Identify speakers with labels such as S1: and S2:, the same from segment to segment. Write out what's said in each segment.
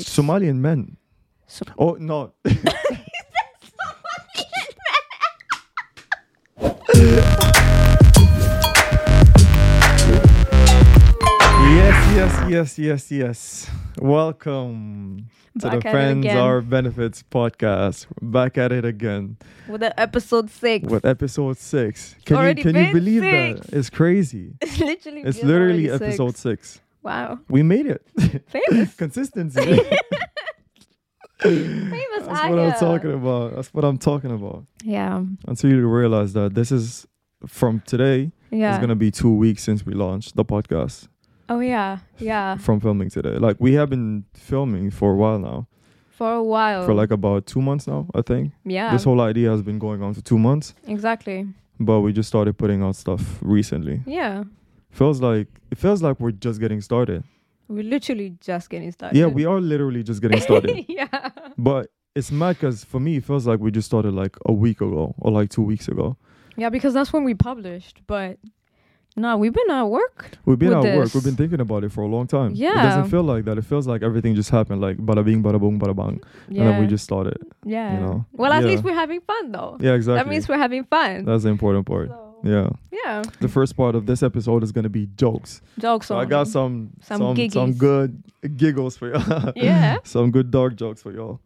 S1: Somalian men.
S2: Som-
S1: oh no. yes, yes, yes, yes, yes. Welcome to the
S2: Back at it
S1: Friends
S2: again.
S1: Our Benefits podcast. Back at it again
S2: with the episode six.
S1: with episode six. Can
S2: already
S1: you can you
S2: been
S1: believe
S2: six.
S1: that? It's crazy.
S2: It's literally.
S1: It's
S2: been
S1: literally
S2: already
S1: episode
S2: Six.
S1: six.
S2: Wow.
S1: We made it.
S2: Famous.
S1: Consistency.
S2: Famous.
S1: That's what I'm talking about. That's what I'm talking about.
S2: Yeah.
S1: Until you realize that this is from today,
S2: Yeah.
S1: it's gonna be two weeks since we launched the podcast
S2: oh yeah. Yeah.
S1: from filming today. Like we have been filming for a while now,
S2: For a while.
S1: for like about two months now, I think.
S2: Oh. yeah.
S1: This whole idea has been going on for two months,
S2: exactly.
S1: but we just started putting out stuff recently.
S2: Yeah.
S1: Feels like it feels like we're just getting started.
S2: We're literally just getting started.
S1: Yeah, we are literally just getting started.
S2: yeah.
S1: but it's mad because for me, it feels like we just started like a week ago or like two weeks ago.
S2: Yeah, because that's when we published. But no, we've been at work.
S1: We've been
S2: with
S1: at work. We've
S2: this.
S1: been thinking about it for a long time. It
S2: Yeah.
S1: doesn't feel like that. It feels like everything just happened, like bada bing, bada boom, bada bang.
S2: Yeah.
S1: And then we just started.
S2: yeah.
S1: know,
S2: well, at
S1: yeah.
S2: least we're having fun though.
S1: Yeah, exactly.
S2: That means we're having fun.
S1: That's the important part.
S2: So,
S1: Yeah.
S2: yeah.
S1: The first part of this episode is going to be jokes.
S2: Jokes
S1: So
S2: on.
S1: I got some
S2: Some
S1: some, some,
S2: giggies.
S1: good giggles for y'all.
S2: Yeah.
S1: some good dark jokes for y'all.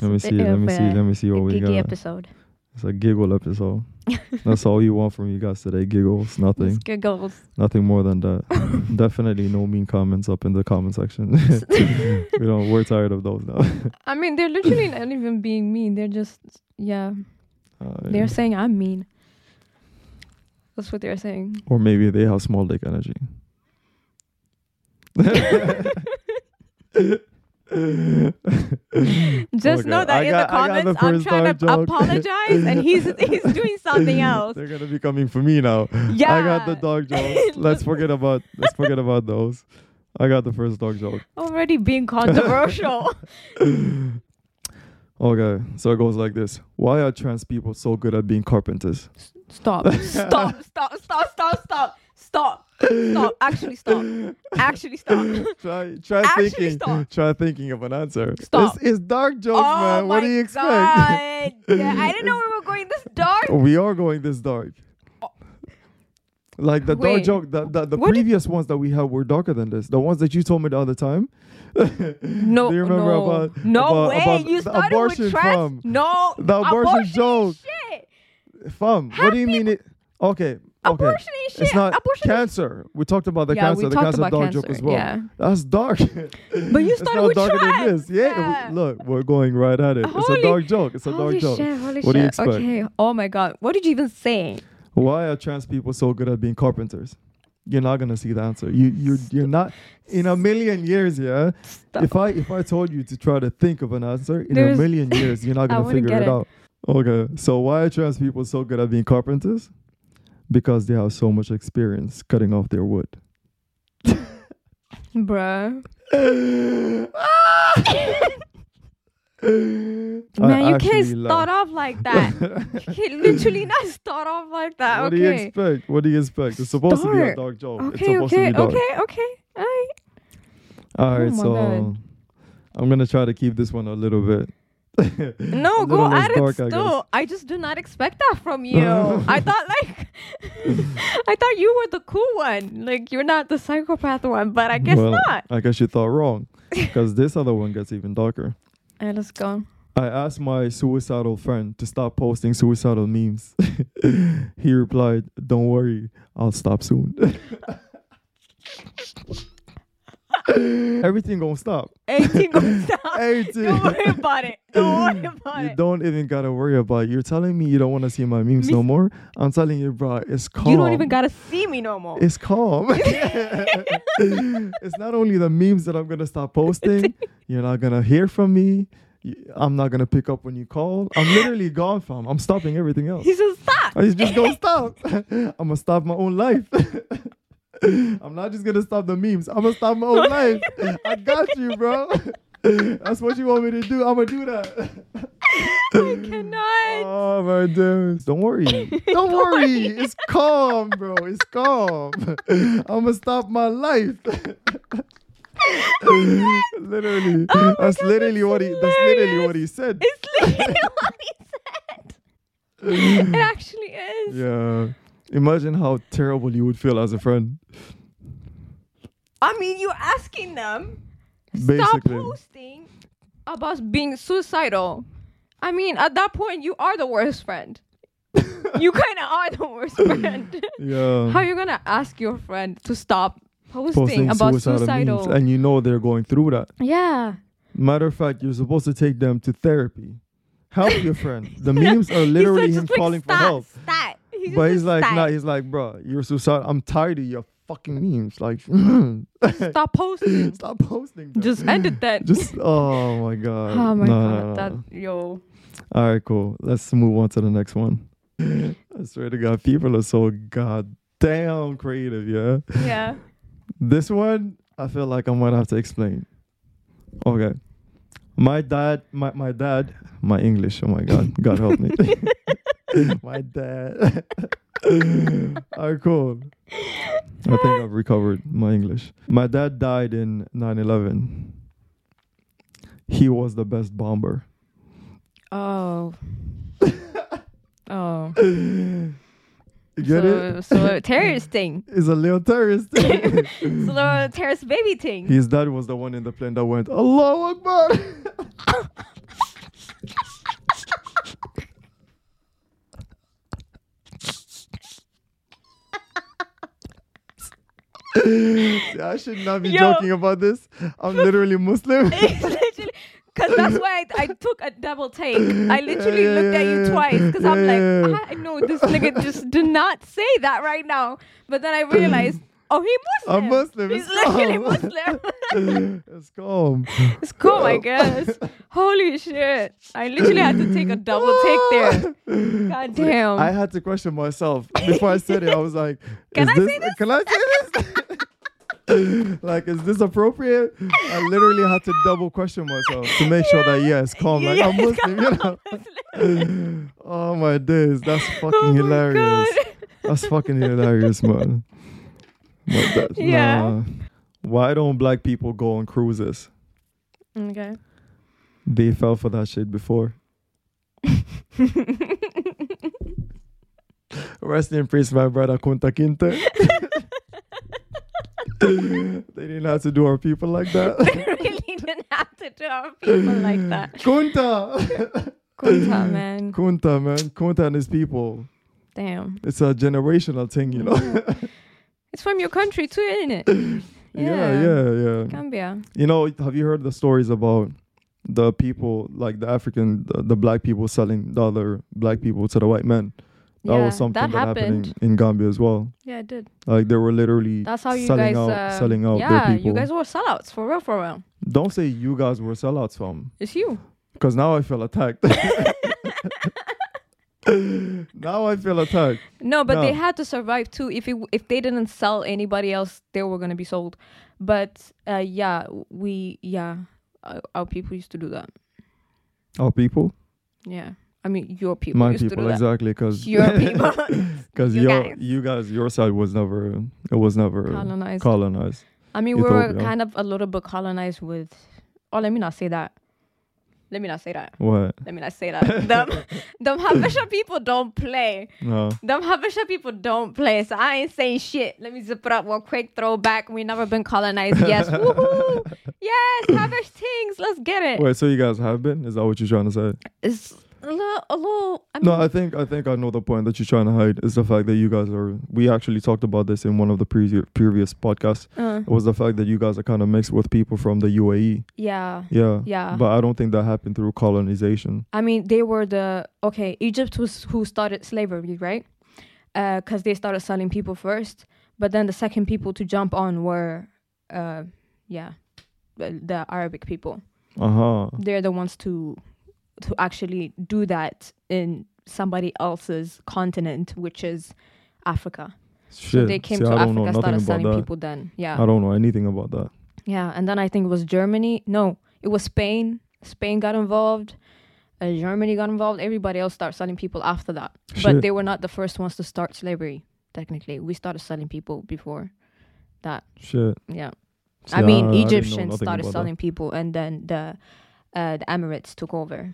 S1: Let me
S2: It's a
S1: see.
S2: bit
S1: Let
S2: of
S1: me see.
S2: a-
S1: Let me see
S2: A
S1: what we
S2: giggy
S1: got.
S2: episode.
S1: It's a giggle episode. That's all you want from you guys today. Giggles. Nothing.
S2: Giggles.
S1: Nothing more than that. Definitely no mean comments up in the comment section. we don't. We're tired of those now.
S2: I mean, they're literally not even being mean. They're just, yeah,
S1: Uh,
S2: they're saying I'm mean. That's what they're saying.
S1: or maybe they have small dick energy.
S2: Just
S1: Okay,
S2: know that
S1: Oh I
S2: in
S1: got-
S2: the
S1: I got the
S2: comments, I'm
S1: first
S2: trying
S1: dark
S2: to
S1: joke.
S2: apologize, and he's he's doing something else.
S1: They're gonna be coming for me now. I got the
S2: Yeah.
S1: dog jokes. Let's forget about let's forget about those. I got the first dog joke.
S2: Already being controversial.
S1: Okay, so it goes like this: Why are trans people so good at being carpenters?
S2: stop! Stop! Stop! Stop! Stop! Stop! Stop! Stop! Actually, stop! Actually, stop!
S1: Try try
S2: Actually,
S1: thinking.
S2: stop.
S1: Try thinking of an answer.
S2: Stop.
S1: It's, it's dark jokes, man. What do you expect?
S2: Oh God. Yeah, I didn't know we were going this dark.
S1: We are going this dark. Like the dark
S2: Oh. Wait.
S1: joke, the, the, the
S2: What did-
S1: previous ones that we had were darker than this. The ones that you told me the other time.
S2: No,
S1: Do you remember
S2: no,
S1: about-
S2: no
S1: about-
S2: way.
S1: about
S2: you
S1: the
S2: started
S1: abortion
S2: with trans.
S1: farm?
S2: No,
S1: The abortion joke.
S2: Is shit.
S1: Fam, what do you mean it? Okay. Okay.
S2: Abortion is shit.
S1: It's not
S2: Abortion is-
S1: cancer. We talked about the
S2: Yeah,
S1: cancer,
S2: we
S1: the
S2: talked
S1: cancer
S2: about
S1: dark joke
S2: cancer,
S1: as well.
S2: yeah.
S1: That's dark.
S2: But you
S1: it's
S2: started
S1: not
S2: with
S1: darker than
S2: trans.
S1: this. Yeah.
S2: Yeah.
S1: we- look, we're going right at it. it's a
S2: Holy-
S1: dark joke. It's a
S2: holy
S1: dark joke.
S2: shit! Holy
S1: what
S2: shit!
S1: do you expect?
S2: Okay. Oh my god. What did you even say?
S1: Why are trans people so good at being carpenters? You're not gonna see the answer. You you're you're not in a million years, yeah.
S2: Stop.
S1: If I if I told you to try to think of an answer in
S2: There's-
S1: a million years, you're not
S2: I
S1: gonna
S2: wouldn't
S1: figure
S2: get
S1: it,
S2: it.
S1: out. Okay, so why are trans people so good at being carpenters? Because they have so much experience cutting off their wood.
S2: Bruh.
S1: I
S2: Man, you can't
S1: actually laugh.
S2: start off like that. you can literally not start off like that.
S1: What do you
S2: okay.
S1: expect? What do you expect? It's supposed to be a
S2: Dark.
S1: dark joke. it's
S2: okay.
S1: supposed to
S2: Okay.
S1: be dark.
S2: Okay. Okay. Alright.
S1: All right,
S2: Oh my
S1: so um,
S2: God.
S1: I'm gonna try to keep this one a little bit.
S2: No,
S1: A
S2: go
S1: little less
S2: at it
S1: dark, I
S2: still. I, just do not expect that from you. I thought like I thought you were the cool one. Like you're not the psychopath one, but I guess
S1: well,
S2: not.
S1: I guess you thought wrong, because this other one gets even darker.
S2: Alright, let's go.
S1: I asked my suicidal friend to stop posting suicidal memes. he replied, "Don't worry, I'll stop soon." Everything gonna stop.
S2: Everything goes down.
S1: Everything.
S2: Don't worry about it. Don't worry about
S1: You
S2: it.
S1: don't even gotta worry about it. You're telling me you don't wanna see my memes no more. I'm telling you, bro, it's calm.
S2: You don't even gotta see me no more.
S1: It's calm. it's not only the memes that I'm gonna stop posting. You're not gonna hear from me. Y- I'm not gonna pick up when you call. I'm literally gone, fam. I'm stopping everything else.
S2: He says stop.
S1: I just gonna stop. I'm gonna stop my own life. I'm not just gonna stop the memes. I'm gonna stop my own life. I got you, bro. That's what you want me to do. I'm gonna do that.
S2: I cannot.
S1: Oh my dudes. Don't worry. Don't, worry. It's calm, bro. It's calm. I'ma stop my life. literally.
S2: Oh my
S1: that's
S2: God,
S1: literally
S2: that's
S1: what he that's literally
S2: hilarious.
S1: what he said.
S2: It's literally what he said. It actually is.
S1: yeah. Imagine how terrible you would feel as a friend.
S2: I mean, you're asking them stop
S1: Basically.
S2: posting about being suicidal. I mean, at that point, you are the worst friend. you kind of are the worst friend.
S1: Yeah.
S2: How you gonna ask your friend to stop posting,
S1: posting
S2: about
S1: suicidal,
S2: suicidal?
S1: memes and you know they're going through that.
S2: yeah.
S1: Matter of fact, you're supposed to take them to therapy. Help your friend. The memes are literally
S2: he's
S1: him calling for help.
S2: Stop. He just
S1: But he's
S2: says,
S1: like,
S2: "Stop."
S1: nah, he's like, bro, you're suicidal. I'm tired of your fucking memes. Like, stop
S2: stop posting.
S1: posting. Them.
S2: just ended that.
S1: just, oh my god.
S2: oh my
S1: No,
S2: god,
S1: no, no, no.
S2: that yo.
S1: All right, cool. Let's move on to the next one. I swear to God, people are so goddamn creative. Yeah,
S2: Yeah.
S1: this one I feel like I might have to explain. Okay, my dad, my my dad, my English. Oh my god, God help me. my dad. All right, cool. I think I've recovered my English. My dad died in 9 11. He was the best bomber.
S2: Oh. oh.
S1: You get
S2: So,
S1: it?
S2: so a terrorist thing.
S1: He's a little terrorist.
S2: So a terrorist baby thing.
S1: His dad was the one in the plane that went, Allahu Akbar. See, I should not be
S2: Yo.
S1: joking about this. I'm literally Muslim.
S2: It's literally because that's why I, I took a double take. I literally
S1: yeah,
S2: looked
S1: yeah,
S2: at you
S1: yeah.
S2: twice because I'm
S1: Yeah, yeah,
S2: like, "Ah, I know this nigga just did not say that right now. But then I realized, oh, he Muslim.
S1: I'm Muslim,
S2: He's
S1: it's
S2: literally
S1: calm.
S2: Muslim.
S1: it's calm.
S2: it's cool, I guess. Holy shit! I literally had to take a double take there. God damn.
S1: I had to question myself before I said it. I was like,
S2: Can
S1: is
S2: I
S1: this,
S2: say this?
S1: Can I say this? like, is this appropriate? I literally had to double question myself to make sure that yeah, it's calm. Like
S2: Yeah,
S1: I'm
S2: it's
S1: Muslim, you know. oh my days, that's fucking
S2: Oh my
S1: hilarious.
S2: God.
S1: That's fucking hilarious, man. But that-
S2: Yeah.
S1: nah. Why don't black people go on cruises?
S2: okay.
S1: They fell for that shit before. Rest in peace, my brother Kunta Kinte. they didn't have to do our people like that.
S2: really didn't have to do our people like that.
S1: Kunta!
S2: Kunta, man.
S1: Kunta, man. Kunta and his people.
S2: Damn.
S1: It's a generational thing, you know?
S2: It's from your country too, isn't it?
S1: yeah, yeah, yeah.
S2: Gambia.
S1: You know, have you heard the stories about the people, like the African, the, the black people selling the other black people to the white men? That
S2: Yeah,
S1: was something that,
S2: that
S1: happened
S2: happened.
S1: in, in Gambia as well.
S2: Yeah, it did.
S1: Like they were literally
S2: That's how you
S1: selling out,
S2: guys uh,
S1: selling out
S2: yeah,
S1: their people.
S2: you guys were sellouts for real, for real.
S1: Don't say you guys were sellouts, fam.
S2: It's you.
S1: Because now I feel attacked. now I feel attacked.
S2: No, but they
S1: No.
S2: had to survive too. If it, w- if they didn't sell anybody else, they were gonna be sold. But uh, yeah, we yeah, uh, our people used to do that.
S1: Our Oh, people?
S2: Yeah, I mean your people
S1: My
S2: used to
S1: people,
S2: do
S1: exactly. Because
S2: that. Your people
S1: Because
S2: you
S1: your
S2: guys.
S1: you guys, your side was never it was never colonized.
S2: colonized. I mean, we were
S1: Ethiopia.
S2: kind of a little bit colonized with. Oh, let me not say that. Let me not say that.
S1: What?
S2: Let me not say that. them, them Habesha people don't play.
S1: No.
S2: Them Habesha people don't play, so I ain't saying shit. Let me zip it up one quick throwback. We never been colonized. Yes, woohoo! Yes, Habesh things. Let's get it.
S1: Wait, so you guys have been? Is that what you're trying to say?
S2: It's a little a little. I mean,
S1: No, I think I think I know the point that you're trying to hide is the fact that you guys are. We actually talked about this in one of the previous previous podcasts.
S2: uh,
S1: It was the fact that you guys are kind of mixed with people from the UAE.
S2: yeah.
S1: Yeah.
S2: Yeah.
S1: But I don't think that happened through colonization.
S2: I mean, they were the okay. Egypt was who started slavery, right? Because they started selling people first, but then the second people to jump on were, uh, yeah, the, the Arabic people.
S1: Uh huh.
S2: They're the ones to to actually do that in somebody else's continent, which is Africa.
S1: Shit.
S2: So they came
S1: See,
S2: to
S1: I don't know
S2: Africa,
S1: nothing
S2: started
S1: about
S2: selling
S1: that.
S2: people. Then, yeah,
S1: I don't know anything about that.
S2: yeah, and then I think it was Germany. No, it was Spain. Spain got involved. Uh, Germany got involved. Everybody else started selling people after that.
S1: Shit.
S2: But they were not the first ones to start slavery, technically. We started selling people before that.
S1: Shit.
S2: Yeah.
S1: See,
S2: I mean,
S1: didn't know
S2: Egyptians
S1: nothing
S2: started
S1: about that.
S2: selling people and then the uh, the Emirates took over.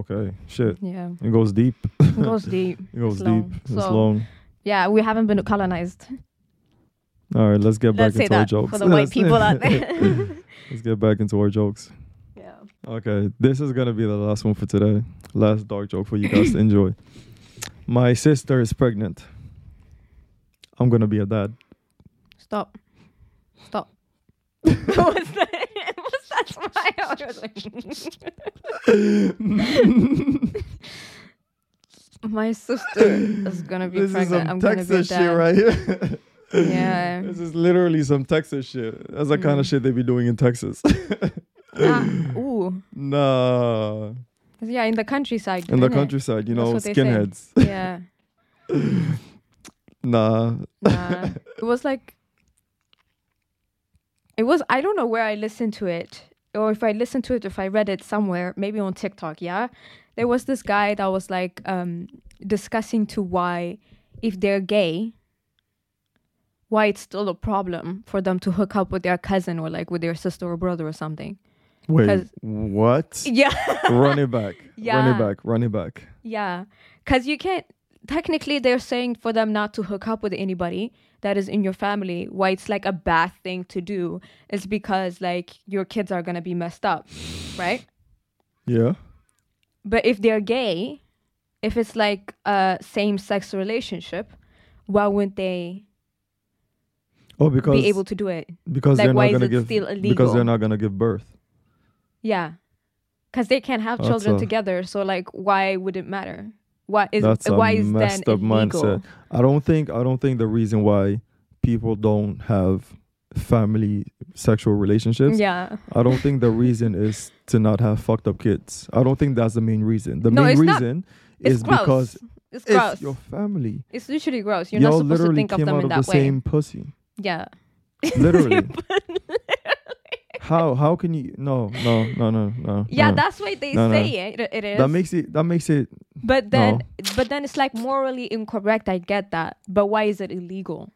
S1: Okay. Shit.
S2: Yeah.
S1: It goes deep.
S2: It goes deep.
S1: It goes
S2: It's
S1: deep.
S2: long.
S1: It's
S2: So-
S1: long.
S2: Yeah, we haven't been colonized.
S1: All right, let's get
S2: Let's say
S1: back into our jokes.
S2: that for the white people out there.
S1: let's get back into our jokes.
S2: yeah.
S1: Okay, this is gonna be the last one for today. Last dark joke for you guys to enjoy. My sister is pregnant. I'm gonna be a dad.
S2: Stop. Stop. What's that? What's that smile? I was like- My sister is gonna be
S1: this is
S2: pregnant.
S1: some
S2: I'm gonna be
S1: Texas
S2: dead.
S1: shit right here.
S2: Yeah.
S1: This is literally some Texas shit. That's the kind of
S2: Mm.
S1: shit they be doing in Texas.
S2: Ah, ooh.
S1: nah.
S2: 'Cause Yeah, in the countryside.
S1: In the
S2: innit?
S1: countryside, you
S2: That's
S1: know,
S2: what they say.
S1: skinheads.
S2: Yeah.
S1: Nah.
S2: Nah. it was like it was I don't know where I listened to it or if I listened to it if I read it somewhere, maybe on TikTok, yeah. There was this guy that was like um discussing to why if they're gay why it's still a problem for them to hook up with their cousin or like with their sister or brother or something.
S1: Wait,
S2: 'Cause-
S1: what?
S2: Yeah.
S1: run it back. Run
S2: Yeah.
S1: it back. Run it back.
S2: Yeah, because you can't. Technically, they're saying for them not to hook up with anybody that is in your family. Why it's like a bad thing to do is because like your kids are gonna be messed up, right?
S1: Yeah.
S2: But if they're gay, if it's like a same-sex relationship, why wouldn't they
S1: Oh, because
S2: be able to do it?
S1: because
S2: like,
S1: they're
S2: why
S1: not gonna
S2: is it
S1: give
S2: still
S1: because
S2: illegal?
S1: they're not gonna give birth.
S2: Yeah, because they can't have
S1: That's
S2: children
S1: a-
S2: together. So like, why would it matter? Why is
S1: That's a
S2: why is
S1: messed
S2: then
S1: up
S2: illegal?
S1: mindset. I don't think I don't think the reason why people don't have family sexual relationships.
S2: Yeah.
S1: I don't think the reason is to not have fucked up kids. I don't think that's the main reason. The
S2: No,
S1: main
S2: it's not-
S1: reason
S2: It's
S1: is
S2: gross.
S1: because
S2: it's
S1: it's
S2: gross.
S1: your family.
S2: It's literally gross. You're
S1: Y'all
S2: not supposed to
S1: literally
S2: think of
S1: came
S2: them
S1: out
S2: in
S1: of
S2: that
S1: the
S2: way.
S1: same pussy.
S2: Yeah.
S1: Literally. How how can you no no no no no
S2: yeah,
S1: no.
S2: that's why they
S1: No, no.
S2: say it. It is.
S1: that makes it that makes it
S2: but then,
S1: no.
S2: but then it's like morally incorrect. I get that, but why is it illegal?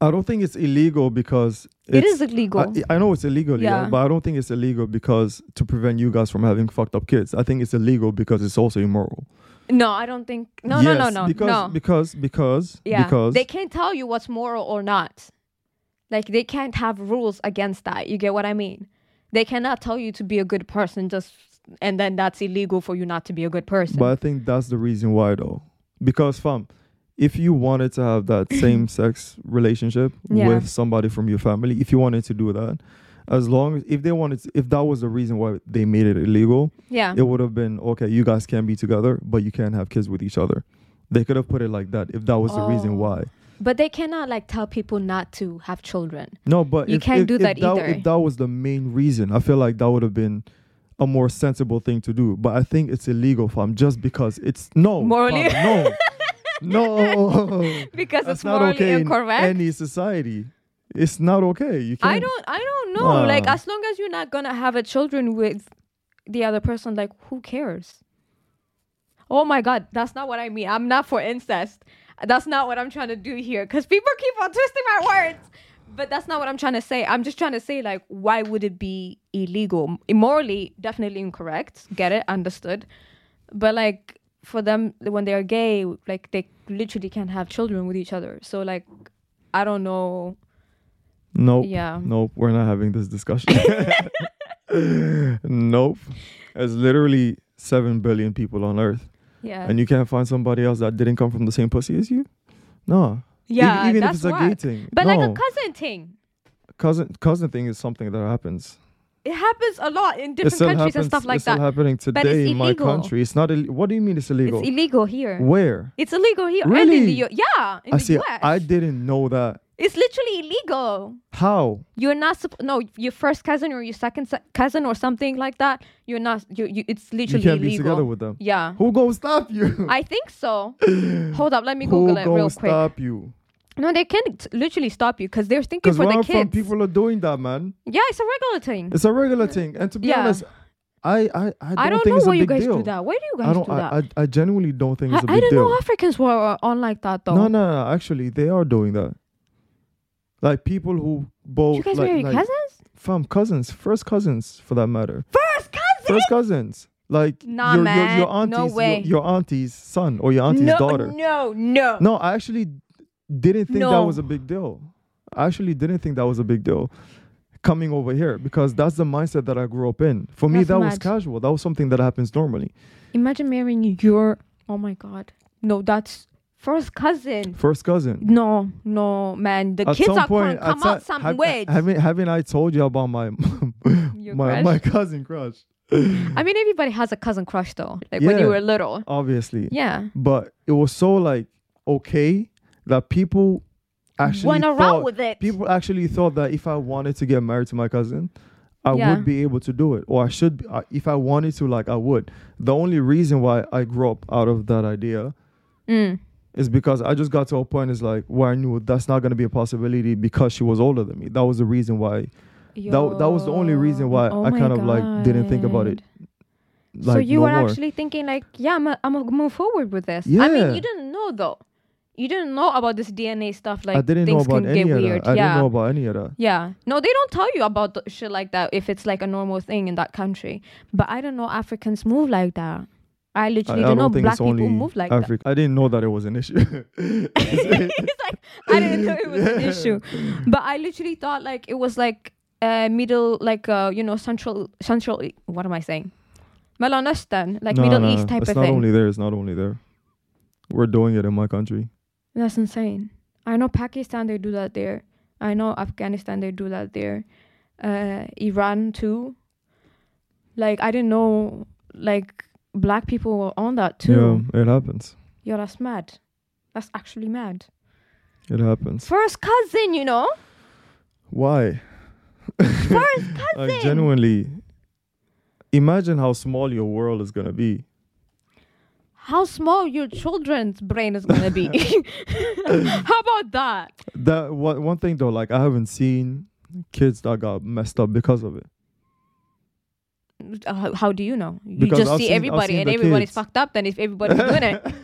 S1: I don't think it's illegal because it's,
S2: It is illegal.
S1: I, I know it's illegal, yeah.
S2: Yeah.
S1: but I don't think it's illegal because to prevent you guys from having fucked up kids. I think it's illegal because it's also immoral.
S2: no, I don't think. No, no,
S1: Yes,
S2: no, no,
S1: because,
S2: no.
S1: Because because
S2: yeah,
S1: because
S2: they can't tell you what's moral or not. Like they can't have rules against that. You get what I mean? They cannot tell you to be a good person just, and then that's illegal for you not to be a good person.
S1: but I think that's the reason why though. Because fam, if you wanted to have that same sex relationship
S2: Yeah.
S1: with somebody from your family, if you wanted to do that, as long as if they wanted to, if that was the reason why they made it illegal,
S2: yeah,
S1: it would have been okay you guys can be together but you can't have kids with each other they could have put it like that if that was the
S2: Oh.
S1: reason why
S2: but they cannot like tell people not to have children.
S1: no but
S2: You
S1: if,
S2: can't
S1: if-
S2: do
S1: if
S2: that either.
S1: if that was the main reason i feel like that would have been a more sensible thing to do but i think it's illegal fam just because it's no
S2: Morally-
S1: fam, no no
S2: because
S1: that's
S2: it's
S1: not
S2: morally
S1: okay
S2: incorrect.
S1: in any society it's not okay you can't
S2: I don't I don't know.
S1: Nah.
S2: Like as long as you're not gonna have a children with the other person, like who cares? Oh my god, that's not what I mean. I'm not for incest. That's not what I'm trying to do here. Cause people keep on twisting my words. But that's not what I'm trying to say. I'm just trying to say, like, why would it be illegal? Immorally, definitely incorrect. Get it? Understood. But like for them, when they are gay, like they literally can't have children with each other. So like, I don't know.
S1: nope
S2: Yeah.
S1: Nope, we're not having this discussion. nope. It's literally seven billion people on Earth,
S2: Yeah.
S1: and you can't find somebody else that didn't come from the same pussy as you. No. Even-
S2: yeah.
S1: even, if
S2: that's
S1: it's a
S2: why.
S1: gay thing.
S2: But
S1: no.
S2: like a cousin thing.
S1: cousin cousin thing is something that happens.
S2: It happens a lot in
S1: It
S2: different
S1: still
S2: countries
S1: happens.
S2: and stuff like
S1: it's still
S2: that.
S1: happening
S2: it's
S1: today in my
S2: illegal.
S1: country. It's not. Ill- what do you mean it's illegal?
S2: It's illegal here.
S1: Where?
S2: It's illegal here and in the
S1: Really?
S2: U- yeah in
S1: I
S2: the
S1: see.
S2: US.
S1: I didn't know that.
S2: it's literally illegal.
S1: How?
S2: You're not supp- no your first cousin or your second se- cousin or something like that. You're not you, you it's literally
S1: you can't
S2: illegal.
S1: be together with them.
S2: yeah.
S1: Who gonna stop you?
S2: I think so. Hold up, let me
S1: Who
S2: Google it
S1: gonna
S2: real quick.
S1: stop you?
S2: No, they can't literally stop you because they're thinking
S1: Because
S2: for
S1: where
S2: the
S1: I'm from,
S2: kids.
S1: people are doing that, man.
S2: yeah, it's a regular thing.
S1: It's a regular thing. And to be
S2: Yeah.
S1: honest, I I, I, don't
S2: I don't
S1: think
S2: know
S1: it's a
S2: why you
S1: big
S2: guys
S1: deal.
S2: do that. Why do you guys
S1: I don't.
S2: do that?
S1: I, I I genuinely don't think it's a big
S2: I, I didn't
S1: deal.
S2: know Africans were uh, on like that though.
S1: no, no, no. Actually, they are doing that. Like people who both
S2: you guys
S1: like,
S2: marry
S1: like
S2: cousins?
S1: fam cousins, first cousins for that matter.
S2: First cousins?
S1: First cousins. Like
S2: Nah,
S1: your, your
S2: man.
S1: your
S2: No
S1: auntie's your-
S2: way.
S1: Your, auntie's son or your auntie's
S2: no,
S1: daughter.
S2: No, no.
S1: No, I actually didn't think that
S2: No.
S1: was a big deal. I actually didn't think that was a big deal coming over here because that's the mindset that I grew up in. For me,
S2: That's
S1: that was
S2: mad.
S1: casual. That was something that happens normally.
S2: Imagine marrying your oh my god. No, that's first cousin.
S1: First cousin.
S2: No, no, man. The
S1: At
S2: kids
S1: some
S2: are
S1: point,
S2: gonna come
S1: outside-
S2: out some
S1: have-
S2: weird.
S1: Haven't, haven't I told you about my
S2: Your
S1: my,
S2: crush?
S1: my cousin crush?
S2: I mean, everybody has a cousin crush though. Like when
S1: Yeah.
S2: you were little.
S1: Obviously.
S2: Yeah.
S1: But it was so like okay that people actually
S2: Went around
S1: thought-
S2: with it.
S1: People actually thought that if I wanted to get married to my cousin, I
S2: Yeah.
S1: would be able to do it, or I should. Be, I, if I wanted to, like I would. The only reason why I grew up out of that idea
S2: Mm.
S1: is because I just got to a point is like where I knew that's not going to be a possibility because she was older than me. That was the reason why. that that was the only reason why
S2: Yo, Oh
S1: I
S2: my
S1: kind of like didn't think about it.
S2: God.
S1: Like,
S2: so you
S1: no
S2: were
S1: more.
S2: actually thinking like, yeah, I'm i I'm gonna move forward with this. I
S1: Yeah.
S2: mean, you didn't know though. You didn't know about this DNA stuff. Like
S1: I didn't know
S2: things
S1: about
S2: can
S1: any
S2: get
S1: of
S2: weird.
S1: that. I
S2: yeah.
S1: didn't know about any of that.
S2: Yeah. No, they don't tell you about the shit like that if it's like a normal thing in that country. But I don't know Africans move like that. I
S1: I, I
S2: literally
S1: don't
S2: know
S1: think
S2: black
S1: it's
S2: people
S1: only
S2: move like
S1: Africa. I didn't know that it was an issue.
S2: that. it's like I didn't know it was an
S1: Yeah.
S2: issue. But I literally thought like it was like uh middle like uh you know central central e-, what am I saying? Middle Eastern, like
S1: No,
S2: Middle
S1: no,
S2: East type
S1: it's
S2: of
S1: not
S2: thing.
S1: only there. It's not only there. We're doing it in my country.
S2: That's insane. I know Pakistan they do that there. I know Afghanistan they do that there. Uh, Iran too. Like I didn't know like black people were on that too.
S1: Yeah, it happens.
S2: Yo, that's mad. That's actually mad.
S1: It happens.
S2: First cousin, you know.
S1: Why?
S2: First
S1: Like
S2: cousin.
S1: genuinely, imagine how small your world is gonna be.
S2: How small your children's brain is gonna be. How about that?
S1: That one one thing though, like I haven't seen kids that got messed up because of it.
S2: Uh, How, how do you know? You
S1: Because
S2: just
S1: I've
S2: see
S1: seen- I've
S2: everybody,
S1: seen
S2: and
S1: the
S2: everybody's
S1: kids.
S2: fucked up. Then if everybody's doing it,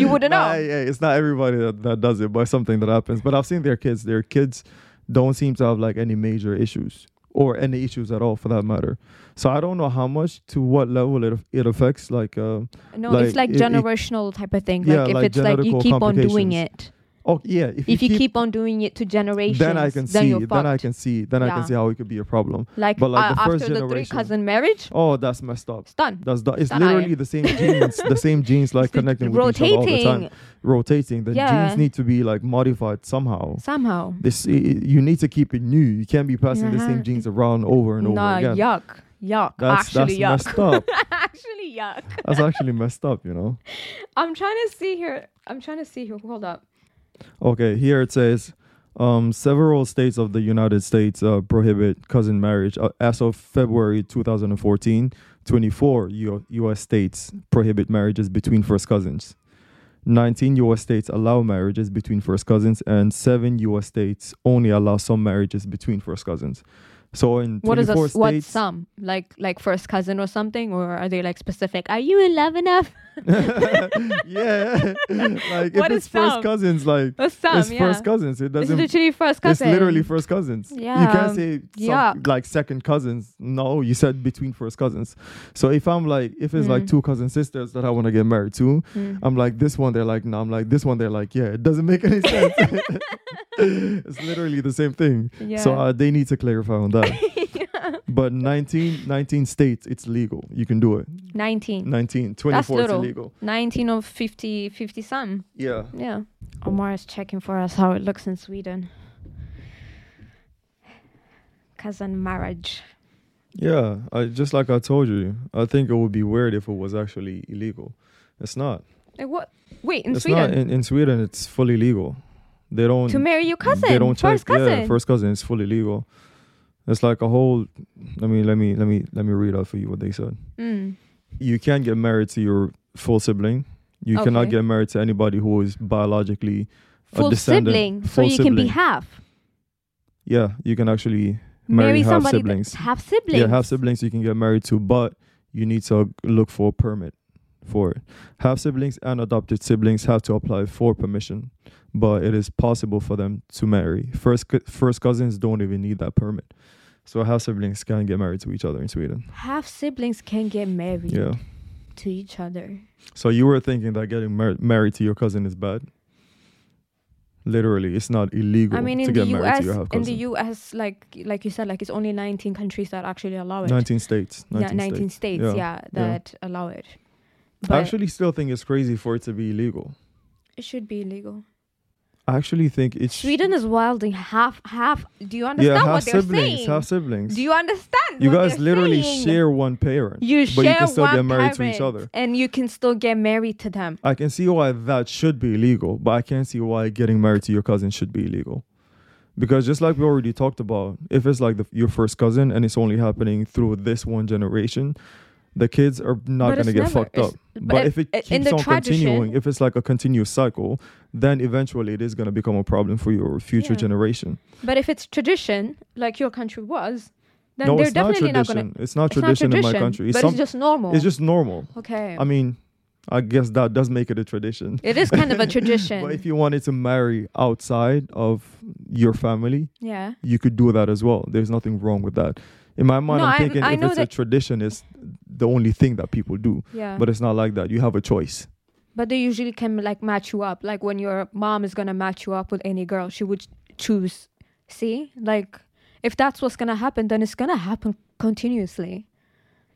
S2: you wouldn't
S1: Nah,
S2: know.
S1: yeah, it's not everybody that, that does it, but it's something that happens. But I've seen their kids. Their kids don't seem to have like any major issues or any issues at all for that matter. So I don't know how much to what level it it affects. Like, uh,
S2: No,
S1: Like,
S2: it's like
S1: it- it-
S2: generational type of thing.
S1: Yeah,
S2: like if
S1: like
S2: it's like you
S1: genetical
S2: keep on doing
S1: complications.
S2: it,
S1: oh yeah, if,
S2: if you keep, on doing it to generations,
S1: then I can see.
S2: you're
S1: Then
S2: fucked.
S1: I can see. Then I
S2: Yeah.
S1: can see how it could be a problem.
S2: like,
S1: but, like,
S2: uh,
S1: the first
S2: after the three
S1: generation-
S2: cousin marriage,
S1: Oh, that's messed up.
S2: it's done.
S1: That's do- it's
S2: That I-
S1: literally the same genes, the same genes like connecting with each other all the time,
S2: rotating
S1: rotating. The
S2: Yeah.
S1: genes need to be like modified somehow.
S2: somehow.
S1: this i- i- you need to keep it new. You can't be passing the same
S2: Yeah.
S1: genes around over and over
S2: Uh-huh. Nah,
S1: again.
S2: yuck, yuck.
S1: That's
S2: actually,
S1: that's
S2: yuck.
S1: messed up.
S2: actually, yuck.
S1: That's actually messed up, you know.
S2: I'm trying to see here. I'm trying to see here. Hold up.
S1: Okay, here it says um, several states of the United States uh, prohibit cousin marriage. Uh, as of February 2014, 24 U- U.S. states prohibit marriages between first cousins. 19 U.S. states allow marriages between first cousins, and seven U.S. states only allow some marriages between first cousins. So in
S2: What is
S1: 24
S2: a s- what
S1: states,
S2: some like like first cousin or something, or are they like specific? Are you in love enough?
S1: yeah. like if
S2: What
S1: it's
S2: is
S1: first
S2: some?
S1: cousins, like
S2: Or some?
S1: it's
S2: yeah.
S1: first cousins. It
S2: It's
S1: doesn't. It's
S2: literally first cousin.
S1: literally first cousins. You
S2: Yeah.
S1: can't say some,
S2: Yuck.
S1: like second cousins. No, you said between first cousins. So if I'm like, if it's like
S2: Mm.
S1: two cousin sisters that I want to get married to,
S2: Mm.
S1: I'm like this one. They're like, no. I'm like this one. They're like, yeah. It doesn't make any sense. it's literally the same thing. uh,
S2: Yeah.
S1: um, So uh, they need to clarify on that. but 19, 19 states, it's legal. You can do it.
S2: 19.
S1: 19,
S2: That's
S1: 24, it's
S2: little.
S1: illegal.
S2: 19 of 50, 50 some.
S1: Yeah.
S2: Yeah. Omar is checking for us how it looks in Sweden. Cousin marriage.
S1: Yeah. I, just like I told you, I think it would be weird if it was actually illegal. It's not.
S2: Like Eh, what? Wait, in
S1: it's
S2: Sweden?
S1: not. In, in Sweden, it's fully legal. They don't.
S2: to marry your cousin,
S1: They don't
S2: first
S1: check.
S2: cousin.
S1: Yeah, first cousin. It's fully legal. It's like a whole. Let me let me let me let me read out for you what they said.
S2: Mm.
S1: You can't get married to your full sibling. You cannot
S2: Okay.
S1: get married to anybody who is biologically a
S2: Full
S1: descendant.
S2: sibling, so
S1: full
S2: you can
S1: sibling.
S2: be half.
S1: yeah, you can actually marry, half
S2: somebody that-
S1: siblings.
S2: half siblings.
S1: Yeah, half siblings you can get married to, but you need to look for a permit for it. Half siblings and adopted siblings have to apply for permission, but it is possible for them to marry. First, cou- first cousins don't even need that permit, so half siblings can get married to each other in Sweden.
S2: Half siblings can get married
S1: Yeah.
S2: to each other.
S1: So you were thinking that getting mar- married to your cousin is bad? Literally, it's not illegal
S2: I mean,
S1: to
S2: in the
S1: get married
S2: US,
S1: to your half
S2: in the
S1: cousin.
S2: US, like like you said, like it's only 19 countries that actually allow it.
S1: 19 states.
S2: yeah, 19 states, yeah,
S1: yeah.
S2: that allow it. But
S1: I actually still think it's crazy for it to be illegal.
S2: it should be illegal.
S1: I actually think it's
S2: Sweden is wilding half half. Do you understand
S1: half
S2: what they're
S1: siblings,
S2: saying?
S1: half siblings.
S2: Do you understand?
S1: You
S2: what
S1: guys
S2: they're
S1: literally
S2: saying?
S1: share one parent,
S2: You
S1: but
S2: share
S1: you can still
S2: one
S1: get married to each
S2: parent,
S1: other.
S2: and you can still get married to them.
S1: I can see why that should be illegal, but I can't see why getting married to your cousin should be illegal. Because just like we already talked about, if it's like the, your first cousin and it's only happening through this one generation, the kids are not
S2: But
S1: going
S2: it's
S1: to get
S2: never-
S1: fucked
S2: it's-
S1: up. But if it
S2: i- in
S1: keeps
S2: the
S1: on continuing,
S2: tradition-
S1: if it's like a continuous cycle, then eventually it is going to become a problem for your future
S2: Yeah.
S1: generation.
S2: But if it's tradition, like your country was, then
S1: no,
S2: they're
S1: it's not
S2: definitely
S1: tradition.
S2: not gonna.
S1: it's not
S2: It's not
S1: tradition
S2: tradition
S1: in my country.
S2: but
S1: some-
S2: it's just normal.
S1: It's just normal.
S2: okay.
S1: I mean, I guess that does make it a tradition.
S2: it is kind of a
S1: But if
S2: tradition.
S1: you wanted to marry outside of your family,
S2: yeah.
S1: you could do that as well. There's nothing wrong with that. In my mind,
S2: No,
S1: I'm
S2: I-
S1: thinking
S2: I
S1: if
S2: know
S1: it's a
S2: that-
S1: tradition, it's the only thing that people do.
S2: Yeah.
S1: But
S2: But,
S1: it's not like that. You have a choice.
S2: they usually can like match you up. Like when your mom is gonna match you up with any girl, she would choose. See, like if that's what's gonna happen, then it's gonna happen continuously.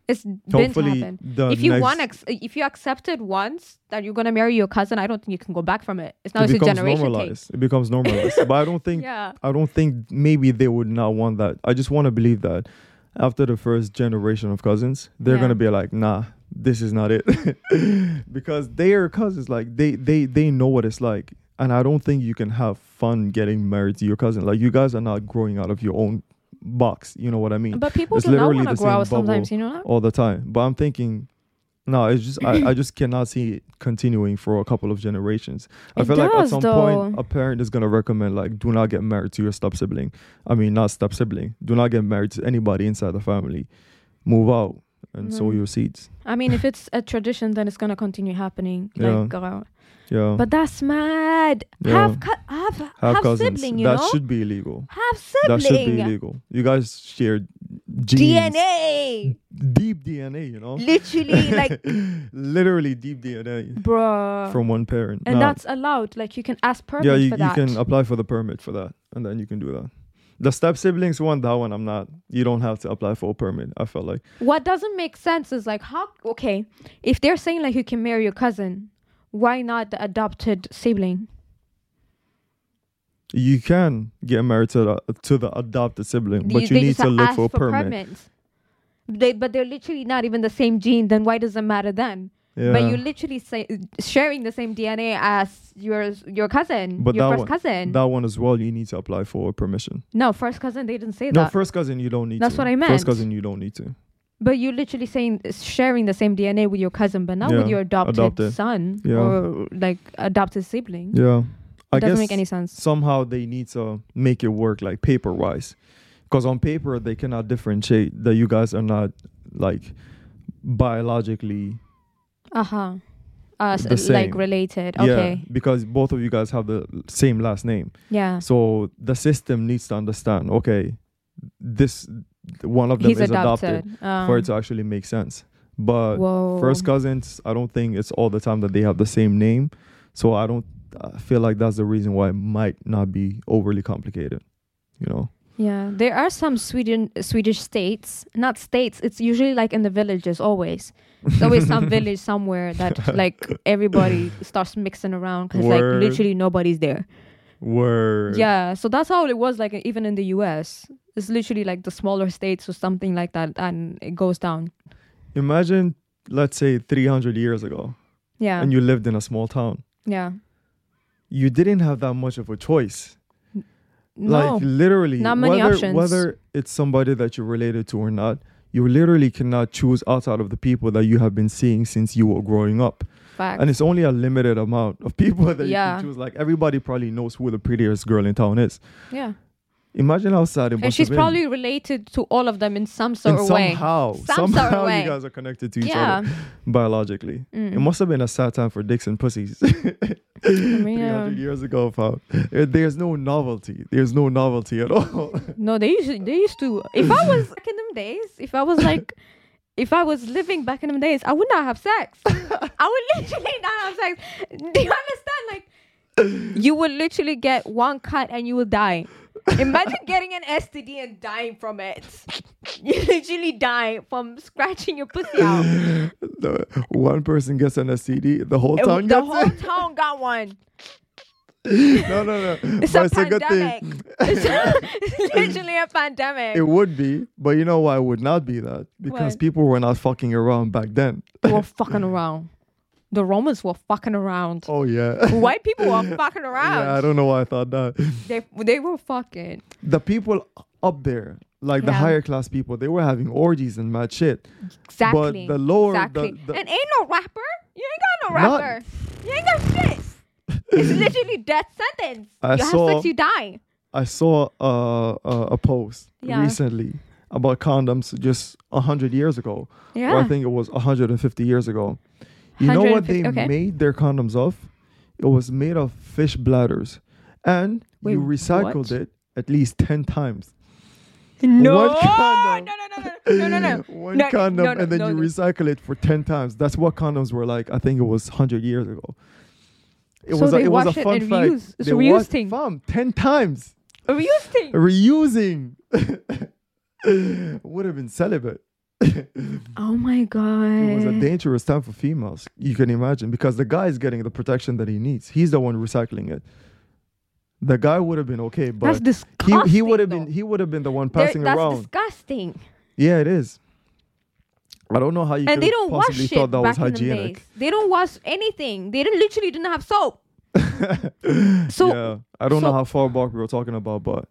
S2: It's been
S1: Hopefully,
S2: happened.
S1: the
S2: if you
S1: next-
S2: want, ex- if you accept it once that you're gonna marry your cousin, I don't think you can go back from it. It's now
S1: it
S2: it's a
S1: becomes
S2: generation thing.
S1: normalized. It becomes normalized. but I don't think
S2: Yeah.
S1: I don't think maybe they would not want that. I just want to believe that after the first generation of cousins, they're
S2: Yeah.
S1: gonna be like, nah, this is not it, because they are cousins. Like they they they know what it's like, and I don't think you can have fun getting married to your cousin. Like you guys are not growing out of your own box. You know what I mean?
S2: But people
S1: It's
S2: do not
S1: literally
S2: want to
S1: the
S2: grow out
S1: same bubble.
S2: sometimes, you know that?
S1: all the time. But I'm thinking. No, it's just I, I just cannot see it continuing for a couple of generations. I
S2: It
S1: feel like at
S2: does,
S1: some point
S2: though.
S1: a parent is gonna recommend like do not get married to your step sibling. I mean not step sibling. Do not get married to anybody inside the family. Move out and sow
S2: Mm.
S1: your seeds.
S2: I mean, if it's a tradition, then it's gonna continue happening. Like, uh,
S1: Yeah.
S2: but that's mad.
S1: Yeah.
S2: Have cu- have have,
S1: have cousins.
S2: sibling, you
S1: that
S2: know?
S1: should be illegal.
S2: have
S1: That should be
S2: sibling.
S1: illegal. You guys share genes,
S2: DNA,
S1: deep DNA, you know?
S2: literally, like,
S1: Literally deep DNA
S2: bruh.
S1: from one parent.
S2: and
S1: Nah.
S2: that's allowed. Like, you can ask permit
S1: yeah, you,
S2: for that.
S1: you can apply for the permit for that, and then you can do that. The step siblings one, that one I'm not. You don't have to apply for a permit. I felt like
S2: what doesn't make sense is like how okay, if they're saying like you can marry your cousin, why not the adopted sibling?
S1: you can get married to the to the adopted sibling, but you
S2: they
S1: need
S2: just
S1: to look
S2: ask
S1: for a permit.
S2: permits. They, but they're literally not even the same gene. Then why does it matter then?
S1: Yeah.
S2: But you're literally say, sharing the same DNA as your your cousin,
S1: But
S2: your
S1: that
S2: first
S1: one-
S2: cousin.
S1: that one as well, you need to apply for permission.
S2: no, first cousin. They didn't say
S1: No,
S2: that.
S1: first cousin you don't need
S2: That's
S1: to.
S2: what I
S1: First
S2: meant.
S1: cousin you don't need to.
S2: but you're literally saying sharing the same DNA with your cousin, but not with
S1: Yeah,
S2: your adopted,
S1: adopted.
S2: son
S1: Yeah.
S2: or like adopted sibling.
S1: Yeah. I
S2: it doesn't
S1: guess
S2: make any sense.
S1: somehow they need to make it work like paper wise because on paper they cannot differentiate that you guys are not like biologically
S2: Uh-huh. Uh
S1: The
S2: s-
S1: same.
S2: Like related. Okay. Ah.
S1: yeah because both of you guys have the same last name
S2: Yeah.
S1: so the system needs to understand okay this one of them
S2: He's
S1: is
S2: adopted.
S1: adopted, for it
S2: Um,
S1: to actually make sense but
S2: whoa.
S1: first cousins i don't think it's all the time that they have the same name so i don't I feel like that's the reason why it might not be overly complicated you know
S2: Yeah, there are some Sweden Swedish states, not states. It's usually like in the villages. Always, there's always some village somewhere that like everybody starts mixing around because like
S1: Word.
S2: literally nobody's there.
S1: Word.
S2: Yeah, so that's how it was like e, even in the U.S. It's literally like the smaller states or something like that, and it goes down.
S1: Imagine, let's say, 300 years ago,
S2: Yeah,
S1: and you lived in a small town.
S2: yeah.
S1: You didn't have that much of a choice.
S2: No,
S1: Like literally,
S2: not many
S1: whether,
S2: options.
S1: whether it's somebody that you're related to or not, you literally cannot choose outside of the people that you have been seeing since you were growing up.
S2: fact.
S1: And it's only a limited amount of people that
S2: Yeah.
S1: you can choose. Like everybody probably knows who the prettiest girl in town is.
S2: yeah,
S1: Imagine how sad it must
S2: and she's
S1: have been.
S2: probably related to all of them in some sort
S1: And
S2: of way.
S1: somehow,
S2: Some sort of
S1: somehow
S2: way.
S1: you guys are connected to each
S2: Yeah. Mm.
S1: other biologically. It must have been a sad time for dicks and pussies.
S2: mean, yeah.
S1: 300 years ago, fam. There- There's no novelty. There's no novelty at all.
S2: No, they used to, they used to. If I was back in them days, if I was like, if I was living back in them days, I would not have sex. I would literally not have sex. Do you understand? Like, you would literally get one cut and you will die. Imagine getting an STD and dying from it. You literally die from scratching your pussy out.
S1: The- one person gets an STD, the whole
S2: It-
S1: town
S2: the
S1: gets
S2: whole
S1: it.
S2: town got one.
S1: No, no, no.
S2: It's
S1: But
S2: a pandemic.
S1: good thing.
S2: It's a- literally a pandemic.
S1: It would be, but you know why it would not be that? Because
S2: What?
S1: people were not fucking around back then.
S2: They were fucking around. The Romans were fucking around.
S1: Oh yeah.
S2: White people were fucking around.
S1: yeah, I don't know why I thought that.
S2: they they were fucking.
S1: the people up there, like the
S2: Yeah.
S1: higher class people, they were having orgies and mad shit.
S2: Exactly.
S1: the lower- the-
S2: exactly.
S1: the-
S2: and ain't no rapper. You ain't got no
S1: None.
S2: rapper. You ain't got shit. It's literally death sentence.
S1: I
S2: you
S1: saw-
S2: have sex, you die.
S1: I saw uh, uh, a post
S2: Yeah.
S1: recently about condoms just 100 years ago. Or I
S2: Yeah.
S1: think it was 150 years ago. You know what they
S2: 150 okay.
S1: made their condoms of? It was made of fish bladders. And you
S2: Wait,
S1: recycled
S2: what?
S1: it at least 10 times.
S2: No.
S1: One condom.
S2: no, no, no, no, no, no, no.
S1: One
S2: No,
S1: condom
S2: no, no,
S1: and then
S2: no,
S1: you
S2: no.
S1: recycle it for 10 times. That's what condoms were like. I think it was 100 years ago. It
S2: So
S1: was a,
S2: they
S1: it was a
S2: wash it
S1: fun
S2: and
S1: fact.
S2: reuse. It's
S1: They
S2: a reuse
S1: wa-
S2: thing.
S1: Fam, 10 times.
S2: Are you saying?
S1: Reusing. Would have been celibate.
S2: Oh my god.
S1: It was a dangerous time for females. You can imagine because the guy is getting the protection that he needs. He's the one recycling it. The guy would have been okay,
S2: That's
S1: but he,
S2: disgusting.
S1: he would have been
S2: though.
S1: he would have been the one
S2: They're-
S1: passing
S2: that's
S1: around.
S2: disgusting.
S1: yeah, it is. I don't know how you
S2: and
S1: could
S2: they don't wash
S1: possibly
S2: shit
S1: thought that was
S2: back in the
S1: hygienic.
S2: days. They don't wash anything. They didn't literally didn't have soap. so
S1: yeah, I don't know
S2: so-
S1: how far back we were talking about, but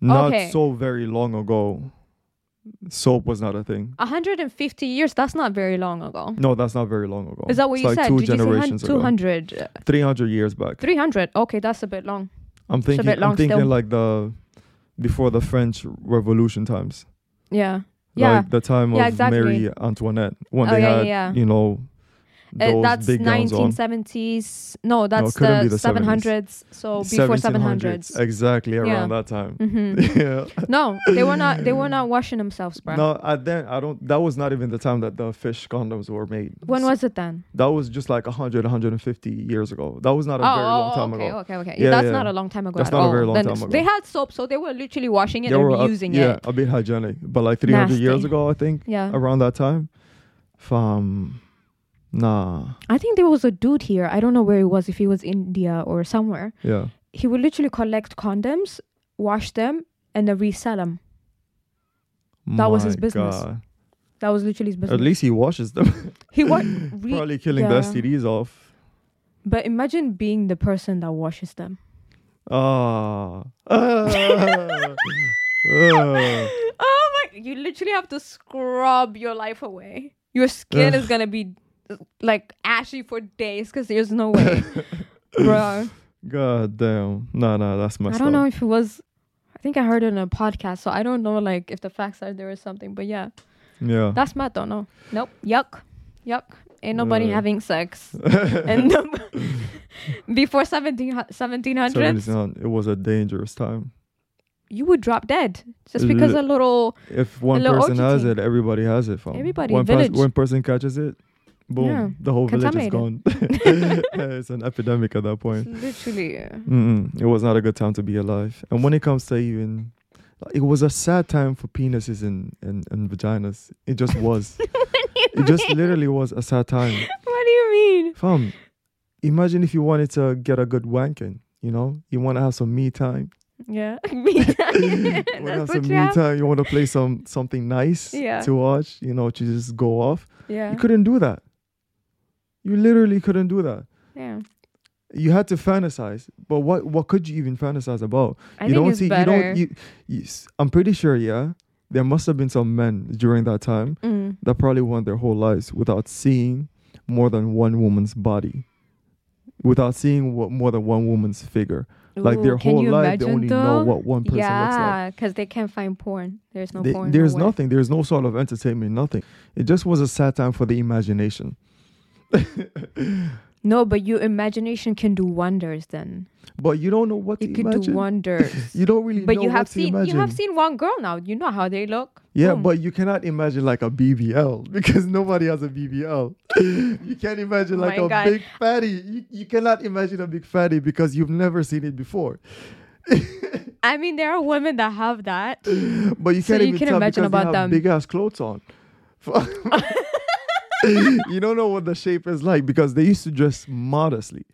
S1: not
S2: Okay.
S1: so very long ago, soap was not a thing.
S2: 150 years. That's not very long ago.
S1: No, that's not very long ago.
S2: Is that what
S1: It's
S2: you
S1: like
S2: said?
S1: Two
S2: Did you say hun-
S1: generations ago,
S2: 200? uh,
S1: three hundred years back.
S2: 300? Okay, that's a bit long.
S1: I'm
S2: a
S1: thinking.
S2: bit long
S1: I'm thinking
S2: still.
S1: like the before the French Revolution times,
S2: Yeah. Yeah.
S1: like the time
S2: Yeah,
S1: of
S2: exactly.
S1: Marie Antoinette when
S2: Oh,
S1: they
S2: yeah, yeah,
S1: had
S2: yeah.
S1: you know
S2: Uh,
S1: those
S2: that's
S1: big gowns on.
S2: 1970s. No, that's
S1: couldn't
S2: the,
S1: be the
S2: 700s. So before
S1: 1700s,
S2: 700s.
S1: exactly around
S2: Yeah.
S1: that time.
S2: hmm
S1: yeah.
S2: No, they were not. They were not washing themselves, bro.
S1: No, I then I don't. That was not even the time that the fish condoms were made.
S2: When was it then?
S1: that? Was just like 100, 150 years ago. That was not a
S2: oh,
S1: very long
S2: oh,
S1: time
S2: okay,
S1: ago.
S2: okay, okay.
S1: Yeah,
S2: that's
S1: yeah.
S2: not a long time ago.
S1: That's
S2: at
S1: not a
S2: all.
S1: very long
S2: Then
S1: time ago.
S2: They had soap, so they were literally washing it
S1: They
S2: and
S1: were a-
S2: reusing
S1: yeah,
S2: it.
S1: a bit hygienic, but like three hundred years
S2: Nasty.
S1: ago, I think.
S2: Yeah.
S1: Around that time, from nah,
S2: I think there was a dude here. I don't know where he was. If he was India or somewhere,
S1: yeah.
S2: he would literally collect condoms, wash them, and then resell them. That was his
S1: My
S2: business.
S1: God.
S2: That was literally his business.
S1: At least he washes them.
S2: he was
S1: Probably killing
S2: yeah.
S1: the STDs off.
S2: But imagine being the person that washes them.
S1: Ah. Ah. Ah.
S2: Oh my! You literally have to scrub your life away. Your skin is gonna be like ashy for days because there's no way, bro.
S1: God damn. No, no, that's messed
S2: I don't know
S1: up.
S2: if it was. I think I heard it in a podcast, so I don't know like if the facts are there or something. But yeah,
S1: Yeah.
S2: that's mad. Don't know. Nope. Yuck. Yuck. Ain't nobody
S1: Uh.
S2: having sex. and before 17, 1700s,
S1: Seventy-seven. It was a dangerous time.
S2: you would drop dead just because a little
S1: If one
S2: Hello,
S1: person has
S2: OGT.
S1: it, everybody has it. Fam.
S2: Everybody,
S1: One, pers-
S2: village.
S1: one person catches it, boom,
S2: Yeah,
S1: the whole village is gone.
S2: contaminated.
S1: it's an epidemic at that point.
S2: literally uh,
S1: Mm-mm. It was not a good time to be alive. And when it comes to even It was a sad time for penises and, and, and vaginas. It just was. it just literally was a sad time.
S2: What do you mean?
S1: Fam, imagine if you wanted to get a good wanking, you know? You want to have some me time.
S2: Yeah. Me
S1: you
S2: time.
S1: want to have
S2: That's
S1: some
S2: what
S1: me
S2: you have.
S1: time. You want to play some something nice
S2: Yeah.
S1: to watch, you know, to just go off.
S2: Yeah.
S1: You couldn't do that. You literally couldn't do that.
S2: yeah.
S1: You had to fantasize, but what what could you even fantasize about?
S2: I
S1: you
S2: think
S1: don't
S2: it's
S1: see.
S2: better.
S1: You don't. You, you, s- I'm pretty sure. Yeah, there must have been some men during that time
S2: Mm.
S1: that probably went their whole lives without seeing more than one woman's body, without seeing what, more than one woman's figure. like their
S2: Ooh, can
S1: whole
S2: you
S1: life, they
S2: imagine
S1: only know
S2: though?
S1: what one person looks like.
S2: Yeah, because they can't find porn. There's no
S1: They-
S2: porn.
S1: there's
S2: nowhere.
S1: nothing. There's no sort of entertainment. Nothing. It just was a sad time for the imagination.
S2: No, but your imagination can do wonders. Then
S1: But you don't know what
S2: it
S1: to
S2: could do
S1: imagine.
S2: wonders.
S1: you don't really.
S2: but
S1: know
S2: you
S1: what
S2: have
S1: to
S2: seen
S1: Imagine.
S2: you have seen one girl now. You know how they look.
S1: Yeah,
S2: Boom.
S1: but you cannot imagine like a BBL because nobody has a BBL. you can't imagine
S2: Oh
S1: like
S2: my
S1: a
S2: God.
S1: big fatty. You, you cannot imagine a big fatty because you've never seen it before.
S2: I mean, there are women that have that.
S1: But you
S2: So
S1: can't
S2: you
S1: even
S2: can
S1: tell
S2: imagine
S1: because
S2: about
S1: they have
S2: them.
S1: big ass clothes on. you don't know what the shape is like because they used to dress modestly.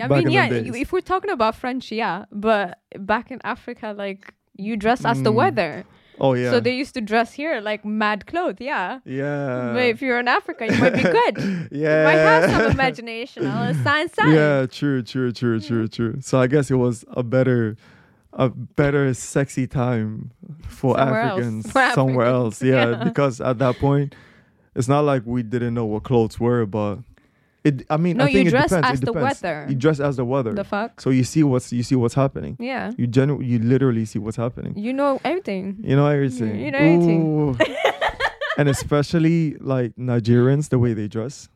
S2: I
S1: Back in
S2: mean,
S1: the
S2: yeah.
S1: days.
S2: you- If we're talking about French, yeah. But back in Africa, like you dress as the weather,
S1: Oh yeah.
S2: so they used to dress here like mad clothes. Yeah.
S1: yeah.
S2: but if you're in Africa, you might be good.
S1: Uh, Yeah.
S2: You might have some imagination. I'll sign, sign.
S1: Yeah, true, true, true, true, true. So I guess it was a better, a better sexy time for
S2: Somewhere else.
S1: Africans
S2: For
S1: somewhere else. Yeah,
S2: Yeah.
S1: because at that point, it's not like we didn't know what clothes were, but it. I mean,
S2: No,
S1: I
S2: you
S1: think it
S2: dress
S1: depends.
S2: as
S1: it
S2: the
S1: depends.
S2: weather.
S1: You dress as the weather.
S2: The fuck?
S1: so you see what's you see what's happening.
S2: Yeah.
S1: You genu- you literally see what's happening.
S2: You know everything.
S1: You know everything.
S2: You know everything.
S1: Ooh. and especially like Nigerians, the way they dress,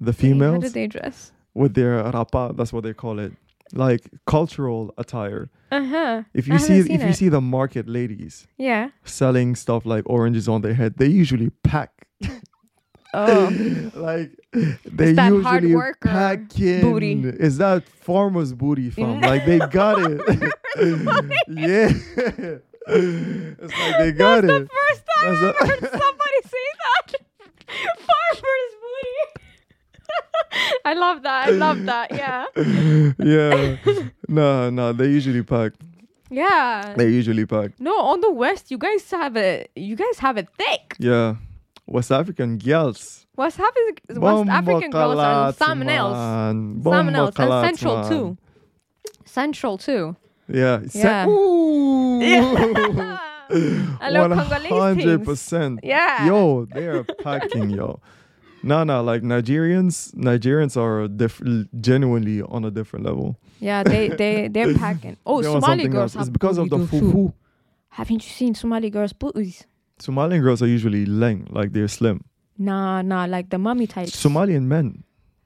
S1: the
S2: How
S1: females
S2: did they dress?
S1: with their rapa, that's what they call it, like cultural attire.
S2: Uh huh.
S1: If you
S2: I
S1: see
S2: haven't
S1: if
S2: seen
S1: you
S2: it.
S1: see the market ladies
S2: Yeah.
S1: selling stuff like oranges on their head, they usually pack.
S2: Oh.
S1: like they
S2: that
S1: usually
S2: hard work or
S1: pack in.
S2: booty?
S1: Is that farmer's booty from? like they got it. yeah. it's like they got
S2: That's
S1: it.
S2: the first time
S1: That's
S2: I've
S1: the-
S2: heard somebody say that. Farmer's booty. I love that. I love that. Yeah.
S1: yeah. No, no, they usually pack.
S2: Yeah.
S1: They usually pack.
S2: no, on the West, you guys have it. You guys have it thick.
S1: Yeah. West African girls.
S2: What's happening? West African girls are something else. Something else. And Central too. Central too.
S1: Yeah. Cent-
S2: Yeah.
S1: Ooh.
S2: Hello, Congolese things.
S1: percent.
S2: Yeah.
S1: Yo, they are packing, yo. No, no, like Nigerians, Nigerians are diff- genuinely on a different level.
S2: Yeah, they they they're packing. Oh,
S1: They want
S2: Somali
S1: something
S2: girls
S1: else. It's
S2: have
S1: because of the
S2: booty too.
S1: fufu.
S2: Haven't you seen Somali girls' booties?
S1: Somalian girls are usually leng, like they're slim.
S2: Nah, nah, like the mummy type.
S1: Somalian men.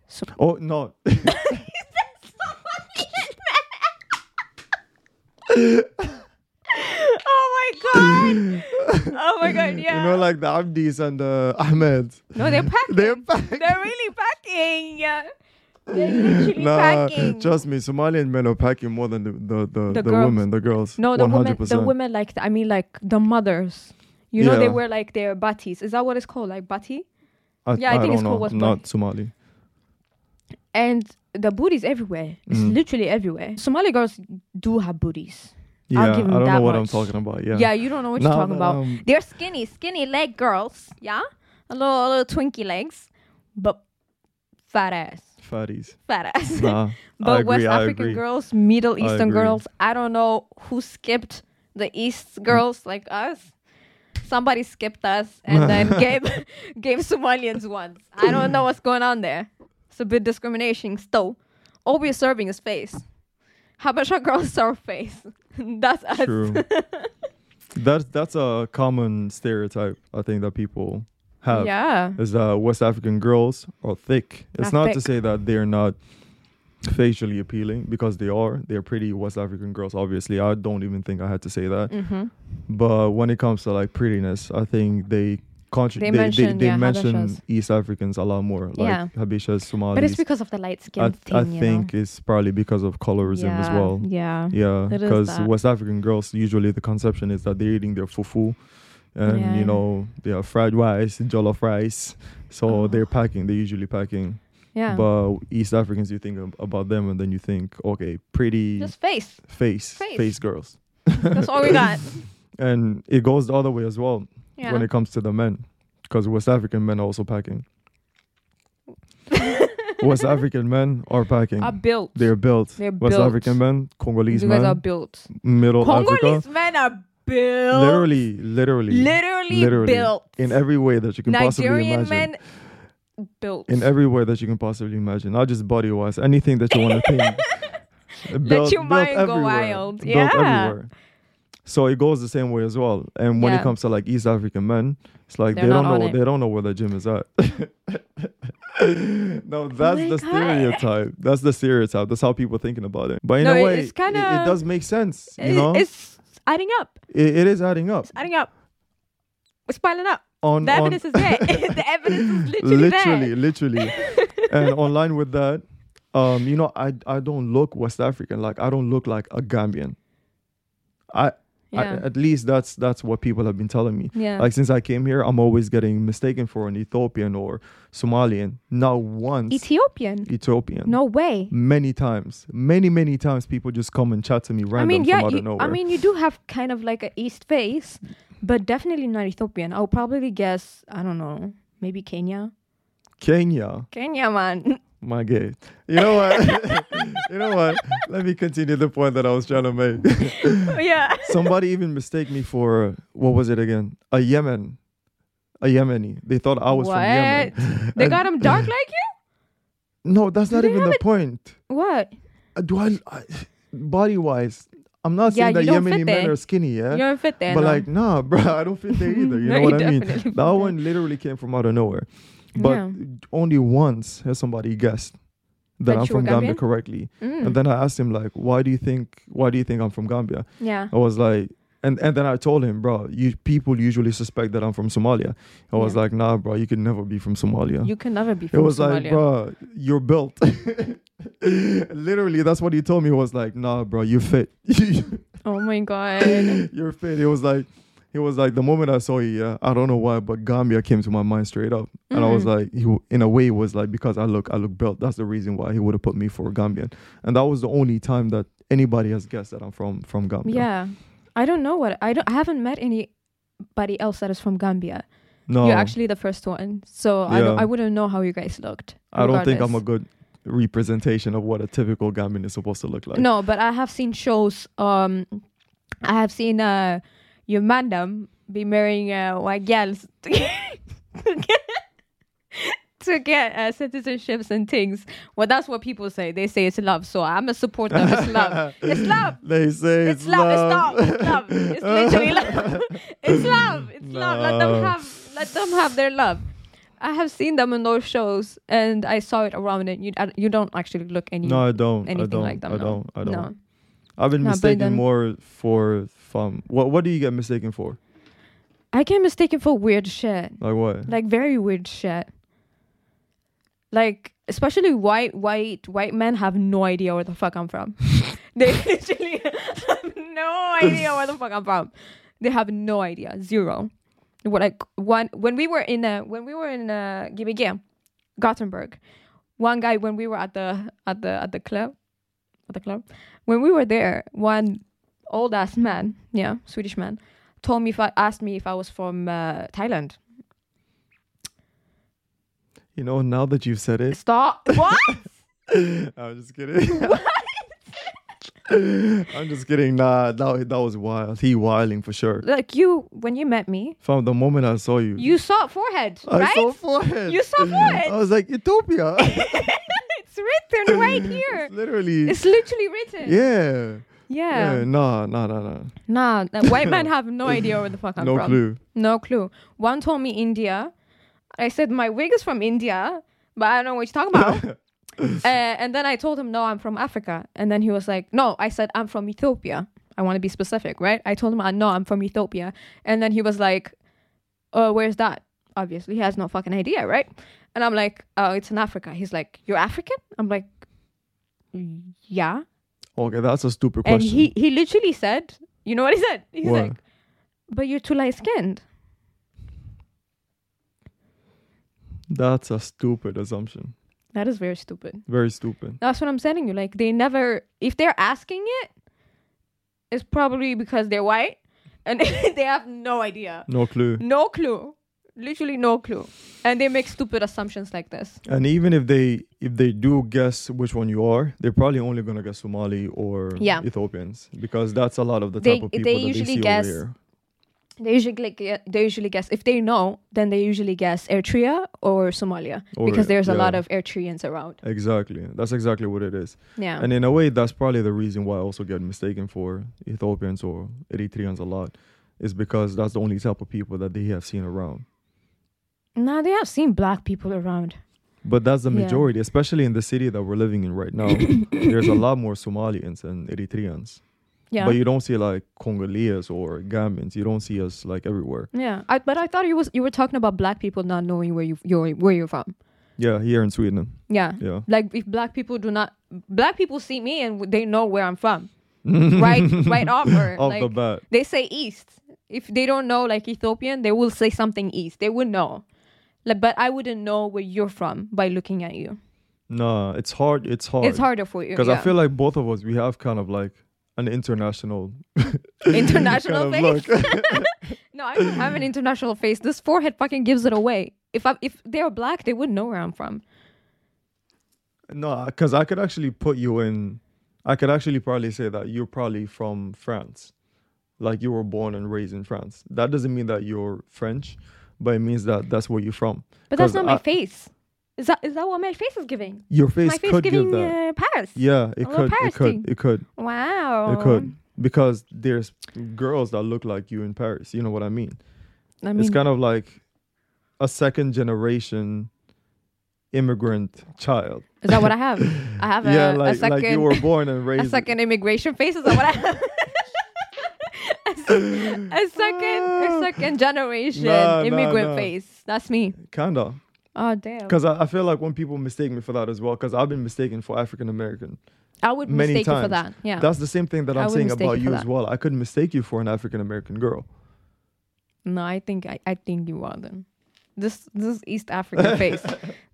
S2: So-
S1: oh no.
S2: oh my god! Oh my god!
S1: You
S2: Yeah.
S1: know, like the Abdis and the Ahmeds.
S2: no, they're packing.
S1: They're
S2: They're,
S1: packing.
S2: really packing. Yeah. They're literally packing.
S1: trust me, Somalian men are packing more than the the the, the,
S2: The girls.
S1: women, the girls.
S2: no, the women. The
S1: 100%.
S2: women like I mean like the mothers. You know they
S1: Yeah.
S2: wear like their butties. Is that what it's called? Like butty?
S1: I,
S2: Yeah, I think
S1: don't
S2: it's
S1: know.
S2: called West
S1: Not Somali.
S2: And the booties everywhere. It's
S1: Mm.
S2: literally everywhere. Somali girls do have booties.
S1: Yeah,
S2: give them
S1: I don't
S2: that
S1: know what I'm
S2: much.
S1: talking about. Yeah.
S2: Yeah, you don't know what
S1: No,
S2: you're talking
S1: no,
S2: about.
S1: um,
S2: They're skinny, skinny leg girls. Yeah, a little, a little twinky legs, but fat ass,
S1: Fatties.
S2: fat ass.
S1: Nah,
S2: but
S1: I agree,
S2: West
S1: I
S2: African
S1: agree.
S2: girls, Middle Eastern
S1: agree.
S2: girls, I don't know who skipped the East girls like us. Somebody skipped us and then gave gave Somalians ones. I don't know what's going on there. It's a bit discrimination still. All we're serving is face. Habasha girls serve face. That's us.
S1: True. that's that's a common stereotype I think that people have.
S2: Yeah.
S1: Is that West African girls are thick. It's
S2: Not
S1: not to
S2: thick.
S1: say that they're not facially appealing because they are. They're pretty West African girls, obviously. I don't even think I had to say that.
S2: Mm-hmm.
S1: But when it comes to like prettiness, I think they country, they,
S2: They
S1: they,
S2: mention,
S1: they
S2: yeah,
S1: mention
S2: Habeshas.
S1: East Africans a lot more, like
S2: Yeah.
S1: Habeshas, Somalis.
S2: But it's because of the light skin
S1: I,
S2: thing.
S1: I
S2: you
S1: think
S2: know?
S1: it's probably because of colorism
S2: yeah,
S1: as well.
S2: Yeah.
S1: Yeah,
S2: It is
S1: because
S2: that.
S1: West African girls usually the conception is that they're eating their fufu, and
S2: Yeah.
S1: you know they are fried rice, jollof rice, so
S2: Oh.
S1: they're packing. They're usually packing.
S2: Yeah.
S1: But East Africans, you think ab- about them, and then you think, okay, pretty
S2: Just face.
S1: face,
S2: face.
S1: face, girls,
S2: That's all we got.
S1: and it goes the other way as well
S2: Yeah.
S1: when it comes to the men, because West African men are also packing. West African men are packing.
S2: are built.
S1: they're built.
S2: They're
S1: West
S2: built.
S1: African men, Congolese
S2: you guys
S1: men,
S2: are built.
S1: Middle Africa.
S2: Congolese men are built.
S1: Literally, literally,
S2: Literally, built.
S1: in every way that you can possibly
S2: Nigerian
S1: imagine.
S2: men built.
S1: in every way that you can possibly imagine, not just body wise, anything that you want to think.
S2: your mind go wild.
S1: Built
S2: Yeah.
S1: everywhere. So it goes the same way as well. And when
S2: Yeah.
S1: it comes to like East African men, it's like
S2: They're
S1: they
S2: not
S1: don't
S2: on
S1: know
S2: it.
S1: they don't know where the gym is at. no, that's
S2: Oh my
S1: the
S2: God.
S1: stereotype. That's the stereotype. That's how people thinking about it. But in
S2: No,
S1: a
S2: it-
S1: way,
S2: it's
S1: it- it,
S2: kinda-
S1: does make sense. You
S2: It-
S1: know, it,
S2: It's adding up.
S1: it is adding up.
S2: It's adding up. It's piling up.
S1: On
S2: The
S1: on-
S2: evidence is there. the evidence is literally,
S1: literally,
S2: there.
S1: literally. and online with that, um, you know, I I don't look West African. Like I don't look like a Gambian. I, I
S2: Yeah.
S1: at least that's that's what people have been telling me.
S2: Yeah.
S1: Like since I came here, I'm always getting mistaken for an Ethiopian or Somalian. Not once
S2: Ethiopian.
S1: Ethiopian.
S2: No way.
S1: Many times, many many times, people just come and chat to me random
S2: I mean,
S1: from
S2: yeah.
S1: out of
S2: You,
S1: nowhere.
S2: I mean, you do have kind of like an East face, but definitely not Ethiopian. I'll probably guess. I don't know. Maybe Kenya.
S1: Kenya,
S2: Kenya, man.
S1: my gay. You know what? you know what? Let me continue the point that I was trying to make.
S2: Oh, yeah.
S1: Somebody even mistake me for what was it again? A Yemen, a Yemeni. They thought I was from Yemen.
S2: They
S1: And-
S2: got him dark like you?
S1: No, that's not
S2: they
S1: even
S2: have
S1: the
S2: it?
S1: point.
S2: What?
S1: Uh, Do I, body wise? I'm not
S2: Yeah,
S1: saying that
S2: you don't
S1: Yemeni
S2: fit
S1: men
S2: there.
S1: are skinny, yeah.
S2: You don't fit there.
S1: but
S2: no.
S1: like, nah, bro, I don't fit there either. You
S2: No,
S1: know
S2: you
S1: what I mean?
S2: definitely fit
S1: That
S2: there.
S1: one literally came from out of nowhere. But
S2: Yeah.
S1: only once has somebody guessed that,
S2: That
S1: I'm
S2: you were
S1: from Gambia
S2: Gambian?
S1: correctly.
S2: Mm.
S1: And then I asked him like, why do you think? Why do you think I'm from Gambia?
S2: yeah.
S1: I was like, and, and then I told him, bro, you people usually suspect that I'm from Somalia. I was
S2: Yeah.
S1: like, nah, bro, you could never be from Somalia.
S2: You can never be
S1: it
S2: from
S1: was
S2: Somalia.
S1: like, bro, you're built. Literally, that's what he told me. He was like, nah, bro, you fit.
S2: Oh my god.
S1: you're fit. It was like, it was like the moment I saw you, yeah, I don't know why, but Gambia came to my mind straight up, and I was
S2: Mm-hmm.
S1: like, he, w- in a way, it was like because I look, I look built. That's the reason why he would have put me for Gambian, and that was the only time that anybody has guessed that I'm from from Gambia.
S2: yeah. I don't know what I don't I haven't met anybody else that is from Gambia.
S1: no,
S2: You're actually the first one. So I don't,
S1: Oh. Yeah.
S2: I wouldn't know how you guys looked.
S1: I don't think I'm a
S2: regardless.
S1: good representation of what a typical Gambian is supposed to look like.
S2: No, but I have seen shows um I have seen uh your madam be marrying uh white girls to get, to get uh, citizenships and things. Well that's what people say. They say it's love. So I'm a supporter of it's love. It's love.
S1: They say
S2: It's, love. It's love. It's love. It's literally love. it's love. It's love. Let them
S1: No.
S2: have. Let them have their love. I have seen them in those shows, and I saw it around, and you I- you don't actually look any
S1: No, I don't. I
S2: anything
S1: don't.
S2: like them.
S1: I
S2: no.
S1: don't. I don't.
S2: No.
S1: I've been
S2: No, but
S1: mistaken
S2: then-
S1: more for from what? What do you get mistaken for?
S2: I get mistaken for weird shit,
S1: Like what?
S2: like very weird shit. Like especially white white white men have no idea where the fuck I'm from. they literally have no idea where the fuck I'm from. They have no idea, zero. What like one when we were in uh when we were in uh Gibbigia, Gothenburg, one guy when we were at the at the at the club, at the club, when we were there, one old ass man, yeah, Swedish man, told me if I asked me if I was from uh, Thailand.
S1: you know, now that you've said it,
S2: Stop. What?
S1: I'm just kidding. I'm just kidding. Nah, that that was wild. He wilding for sure.
S2: like you when you met me,
S1: From the moment I saw you,
S2: you saw forehead,
S1: Mm-hmm. I
S2: right?
S1: saw forehead.
S2: You saw forehead.
S1: I was like Utopia.
S2: it's written right here.
S1: It's literally.
S2: It's literally written.
S1: yeah.
S2: Yeah.
S1: Yeah. Nah. Nah. Nah. Nah.
S2: Nah, the white men have no idea where the fuck I'm
S1: no
S2: from.
S1: clue.
S2: No clue. One told me India. I said my wig is from India, but I don't know what you're talking about. uh, and then I told him no, I'm from Africa. And then he was like, no, I said I'm from Ethiopia. I want to be specific, right? I told him uh, no, I'm from Ethiopia. And then he was like, uh, where's that? obviously he has no fucking idea, right? And I'm like, oh, it's in Africa. He's like, you're African? I'm like, yeah.
S1: Okay, that's a stupid
S2: And
S1: question.
S2: he he literally said, you know what he said? He's
S1: What?
S2: like, but you're too light skinned.
S1: that's a stupid assumption.
S2: That is very stupid.
S1: Very stupid.
S2: That's what I'm telling you. Like they never, if they're asking it, it's probably because they're white and they have no idea,
S1: No clue.
S2: no clue, literally no clue, and they make stupid assumptions like this.
S1: And even if they if they do guess which one you are, they're probably only gonna guess Somali or
S2: Yeah.
S1: Ethiopians because that's a lot of the
S2: They-
S1: type of
S2: they
S1: people that
S2: usually
S1: they see
S2: guess-
S1: over here.
S2: They usually gue- they usually guess if they know, then they usually guess Eritrea or Somalia
S1: Or-
S2: because there's a lot
S1: yeah.
S2: of Eritreans around.
S1: Exactly, that's exactly what it is.
S2: Yeah,
S1: And in a way, that's probably the reason why I also get mistaken for Ethiopians or Eritreans a lot, is because that's the only type of people that they have seen around.
S2: now they have seen black people around.
S1: But that's the
S2: Yeah.
S1: majority, especially in the city that we're living in right now. There's a lot more Somalians and Eritreans.
S2: Yeah,
S1: But you don't see like Congolese or Gambians. You don't see us like everywhere.
S2: yeah. I, but I thought you was you were talking about black people not knowing where you you're, where you're from.
S1: Yeah, here in Sweden.
S2: Yeah.
S1: Yeah.
S2: Like if black people do not, black people see me and w- they know where I'm from, right? right off, or,
S1: Off
S2: like
S1: the bat.
S2: they say east. If they don't know like Ethiopian, they will say something east. They would know, like, but I wouldn't know where you're from by looking at you.
S1: Nah, it's hard. It's hard.
S2: It's harder for you
S1: Because
S2: yeah.
S1: I feel like both of us, we have kind of like an international
S2: international
S1: kind of look.
S2: face. no, I don't have an international face. This forehead fucking gives it away. If I if they are black, they wouldn't know where I'm from.
S1: No, because I could actually put you in. I could actually probably say that you're probably from France, like you were born and raised in France. That doesn't mean that you're French, but it means that that's where you're from.
S2: But that's
S1: 'Cause
S2: not my
S1: I-
S2: face. Is that is that what my face is giving?
S1: Your face,
S2: my face
S1: could
S2: giving
S1: give that.
S2: uh, Paris.
S1: yeah, it
S2: little
S1: could, it
S2: Paris thing.
S1: could, it could,
S2: Wow.
S1: it could, because there's girls that look like you in Paris. You know what I mean?
S2: I mean,
S1: it's kind of like a second generation immigrant child.
S2: Is that what I have? I have a,
S1: yeah,
S2: a
S1: like
S2: second,
S1: like you were born and
S2: a
S1: raised.
S2: second immigration face. Is that what I have? a, se- a second,
S1: Ah.
S2: a second generation
S1: Nah, nah,
S2: immigrant
S1: nah.
S2: face. That's me.
S1: Kinda.
S2: Oh damn!
S1: Because I, I feel like when people mistake me for that as well, because I've been mistaken for African American.
S2: I would
S1: many
S2: mistake you for
S1: times.
S2: that. Yeah.
S1: That's the same thing that
S2: Oh. I
S1: I'm
S2: would
S1: saying
S2: mistake
S1: about
S2: you
S1: you
S2: for
S1: as
S2: that.
S1: well. I could mistake you for an African American girl.
S2: no, I think I, I think you are then. This this East African face,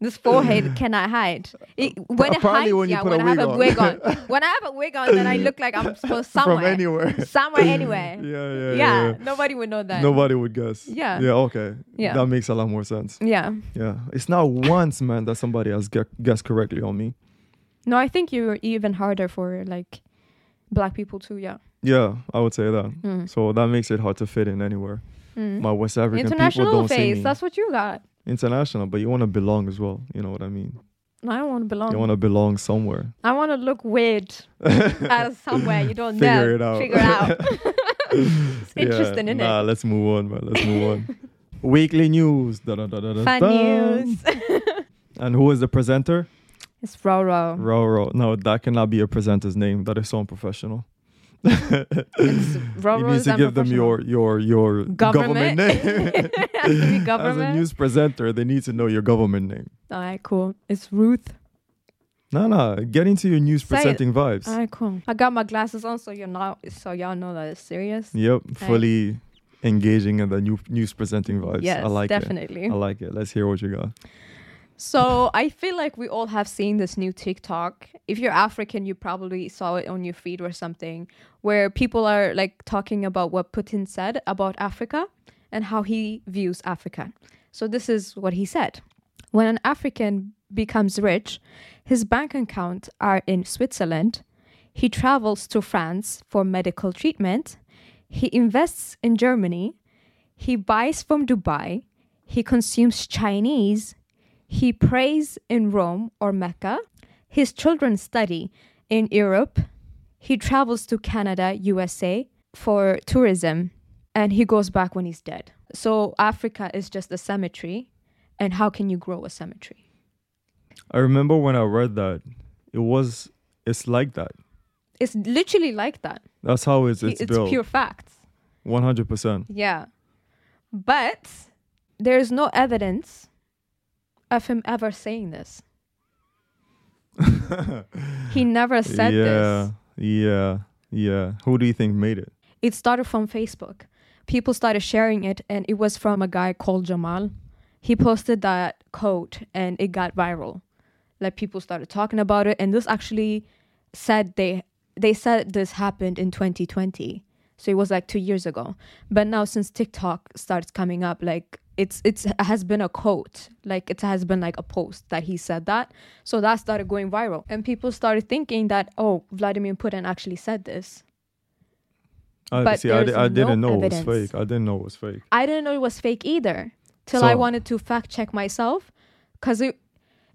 S2: this forehead cannot hide. It, when it
S1: Apparently
S2: hides,
S1: when you
S2: yeah,
S1: put
S2: when
S1: a
S2: I have a
S1: wig
S2: wig
S1: on.
S2: on, when I have a wig on, then I look like I'm supposed somewhere,
S1: From anywhere.
S2: somewhere, anywhere.
S1: yeah, yeah, yeah.
S2: yeah,
S1: yeah.
S2: nobody would know that.
S1: Nobody would guess.
S2: Yeah.
S1: Yeah, okay.
S2: Yeah.
S1: That makes a lot more sense.
S2: Yeah.
S1: Yeah. It's not once, man, that somebody has gu- guessed correctly on me.
S2: No, I think you're even harder for like black people too. Yeah.
S1: Yeah, I would say that. So that makes it hard to fit in anywhere. My West Hmm. African people
S2: Mm-hmm. International
S1: don't see
S2: face.
S1: me.
S2: That's what you got.
S1: International, but you want to belong as well. You know what I mean?
S2: No, I don't want to belong.
S1: You want to belong somewhere.
S2: I want to look weird out of somewhere. You don't know.
S1: Figure it out.
S2: Figure it out. it's interesting, isn't
S1: nah,
S2: it?
S1: let's move on, man. Let's move on. Weekly news. Da, da, da, da, da,
S2: Fun
S1: da.
S2: news.
S1: And who is the presenter?
S2: it's Roro.
S1: Roro. No, that cannot be a presenter's name. That is so unprofessional.
S2: It's
S1: you
S2: Roro.
S1: need to give them your your your
S2: Government.
S1: name. As a
S2: government.
S1: news presenter, they need to know your government name.
S2: All right, cool. It's Ruth.
S1: No, no, get into your news
S2: Say it. Uh,
S1: presenting vibes.
S2: All right, cool. I got my glasses on, so you're not, so y'all know that it's serious.
S1: Yep, fully engaging in the new news presenting vibes.
S2: Yes,
S1: I like
S2: definitely.
S1: it. I like it. Let's hear what you got.
S2: So I feel like we all have seen this new TikTok. If you're African, you probably saw it on your feed or something, where people are like talking about what Putin said about Africa and how he views Africa. So this is what he said. When an African becomes rich, his bank account are in Switzerland. He travels to France for medical treatment. He invests in Germany. He buys from Dubai. He consumes Chinese. He prays in Rome or Mecca. His children study in Europe. He travels to Canada, USA for tourism, and he goes back when he's dead. So Africa is just a cemetery, and how can you grow a cemetery?
S1: I remember when I read that, it was it's like that.
S2: It's literally like that.
S1: That's how it's
S2: It's,
S1: it's, built.
S2: pure facts.
S1: One hundred percent.
S2: Yeah. But there is no evidence of him ever saying this. He never said
S1: yeah,
S2: this.
S1: yeah, yeah. Who do you think made it?
S2: It started from Facebook. People started sharing it, and it was from a guy called Jamal. He posted that quote, and it got viral. Like people started talking about it, and this actually said they they said this happened in 2020. So it was like two years ago. But now since TikTok starts coming up, like it's it's it has been a quote, like it has been like a post that he said that. So that started going viral, and people started thinking that oh, Vladimir Putin actually said this.
S1: I
S2: But
S1: see. I, di-
S2: there's
S1: I didn't
S2: no
S1: know it was
S2: evidence.
S1: fake. I didn't know it was fake.
S2: I didn't know it was fake either till I
S1: So-
S2: wanted to fact check myself because it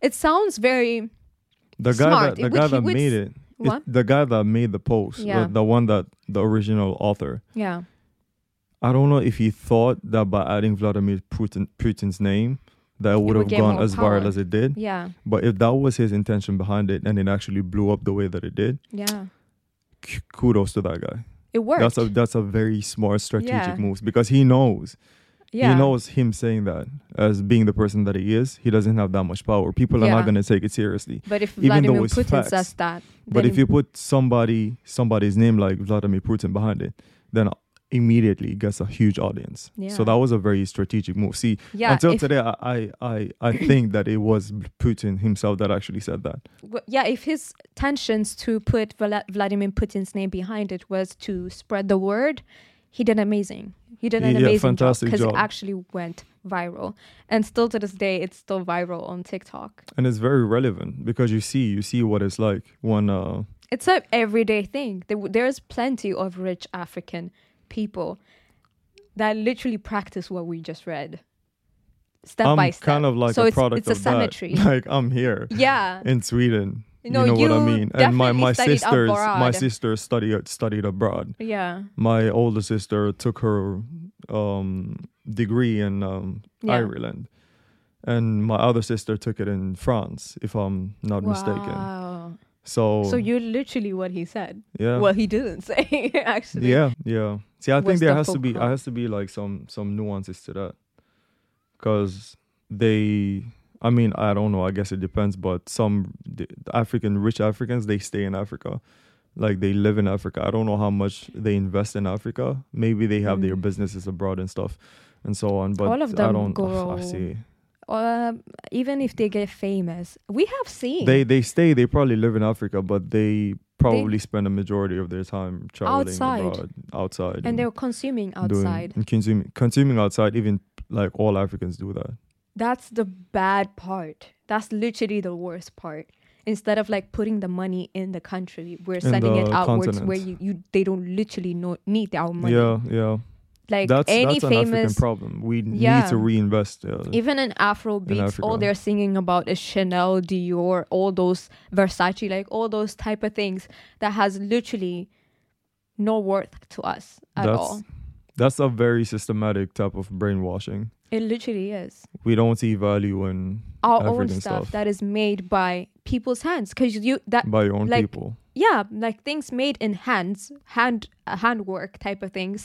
S2: it sounds very
S1: The guy that
S2: Smart,
S1: the
S2: which
S1: guy
S2: he
S1: that
S2: would
S1: made
S2: s-
S1: it. it's
S2: what?
S1: The guy that made the post.
S2: Yeah.
S1: The, the one that the original author.
S2: yeah
S1: I don't know if he thought that by adding Vladimir Putin Putin's name that it would have
S2: would get
S1: gone
S2: more
S1: as
S2: power.
S1: viral as it did.
S2: yeah
S1: But if that was his intention behind it and it actually blew up the way that it did,
S2: yeah
S1: k- kudos to that guy.
S2: it worked
S1: That's a that's a very smart strategic
S2: Yeah.
S1: move because he knows.
S2: yeah
S1: He knows him saying that as being the person that he is, he doesn't have that much power. People are
S2: Yeah.
S1: not gonna take it seriously.
S2: but if
S1: even though
S2: Vladimir
S1: it's
S2: Putin
S1: facts,
S2: says that
S1: But
S2: then
S1: if you put somebody somebody's name like Vladimir Putin behind it, then immediately gets a huge audience.
S2: Yeah.
S1: So that was a very strategic move. See,
S2: yeah
S1: until
S2: if,
S1: today, I, I I I think that it was Putin himself that actually said that.
S2: w- yeah if his intentions to put Vla- Vladimir Putin's name behind it was to spread the word he did amazing he did an
S1: He did a
S2: amazing job
S1: fantastic
S2: because it
S1: job.
S2: actually went viral and still to this day it's still viral on TikTok
S1: and it's very relevant because you see you see what it's like when uh
S2: it's an everyday thing. There, there's plenty of rich African people that literally practice what we just read, step
S1: i'm
S2: by step.
S1: kind of like
S2: so
S1: a
S2: it's,
S1: product
S2: it's a
S1: of
S2: symmetry.
S1: that like i'm here
S2: yeah,
S1: in sweden
S2: No,
S1: you know what i
S2: you
S1: mean and my
S2: definitely
S1: my
S2: studied
S1: sisters my
S2: abroad.
S1: sister studied studied abroad
S2: yeah,
S1: my older sister took her um degree in um
S2: Yeah.
S1: ireland and my other sister took it in france if i'm not mistaken
S2: Wow.
S1: so
S2: So you're literally what he said.
S1: yeah
S2: Well, he didn't say actually.
S1: Yeah, yeah. See, I
S2: was
S1: think there
S2: the
S1: has to be I
S2: focal.
S1: has to be like some some nuances to that, because they. I mean, I don't know. I guess it depends, but some the the African rich Africans they stay in Africa, like they live in Africa. I don't know how much they invest in Africa. Maybe they have their businesses abroad and stuff, and so on. But
S2: Mm. All
S1: I
S2: of them
S1: don't.
S2: grow.
S1: I see.
S2: Um, even if they get famous, we have seen
S1: They they stay. They probably live in Africa, but they probably spend a majority of their time traveling
S2: Outside.
S1: abroad, outside,
S2: and they're consuming
S1: doing-
S2: outside.
S1: and consuming consuming outside even like all africans do that
S2: That's the bad part. That's literally the worst part. Instead of like putting the money in the country, we're sending it
S1: the
S2: outwards where you,
S1: continent.
S2: you they don't literally no, need our money.
S1: yeah yeah
S2: Like
S1: that's
S2: any
S1: that's an african
S2: famous,
S1: problem we need
S2: Yeah.
S1: to reinvest uh,
S2: even in Afro beats, all
S1: Africa.
S2: they're singing about is Chanel, Dior, all those Versace, like all those type of things that has literally no worth to us at
S1: that's
S2: all.
S1: that's a very systematic type of brainwashing
S2: It literally is.
S1: we don't see value in
S2: Our own
S1: african
S2: stuff, that is made by people's hands because you that
S1: by your own
S2: like,
S1: people
S2: yeah, like things made in hands, hand uh, handwork type of things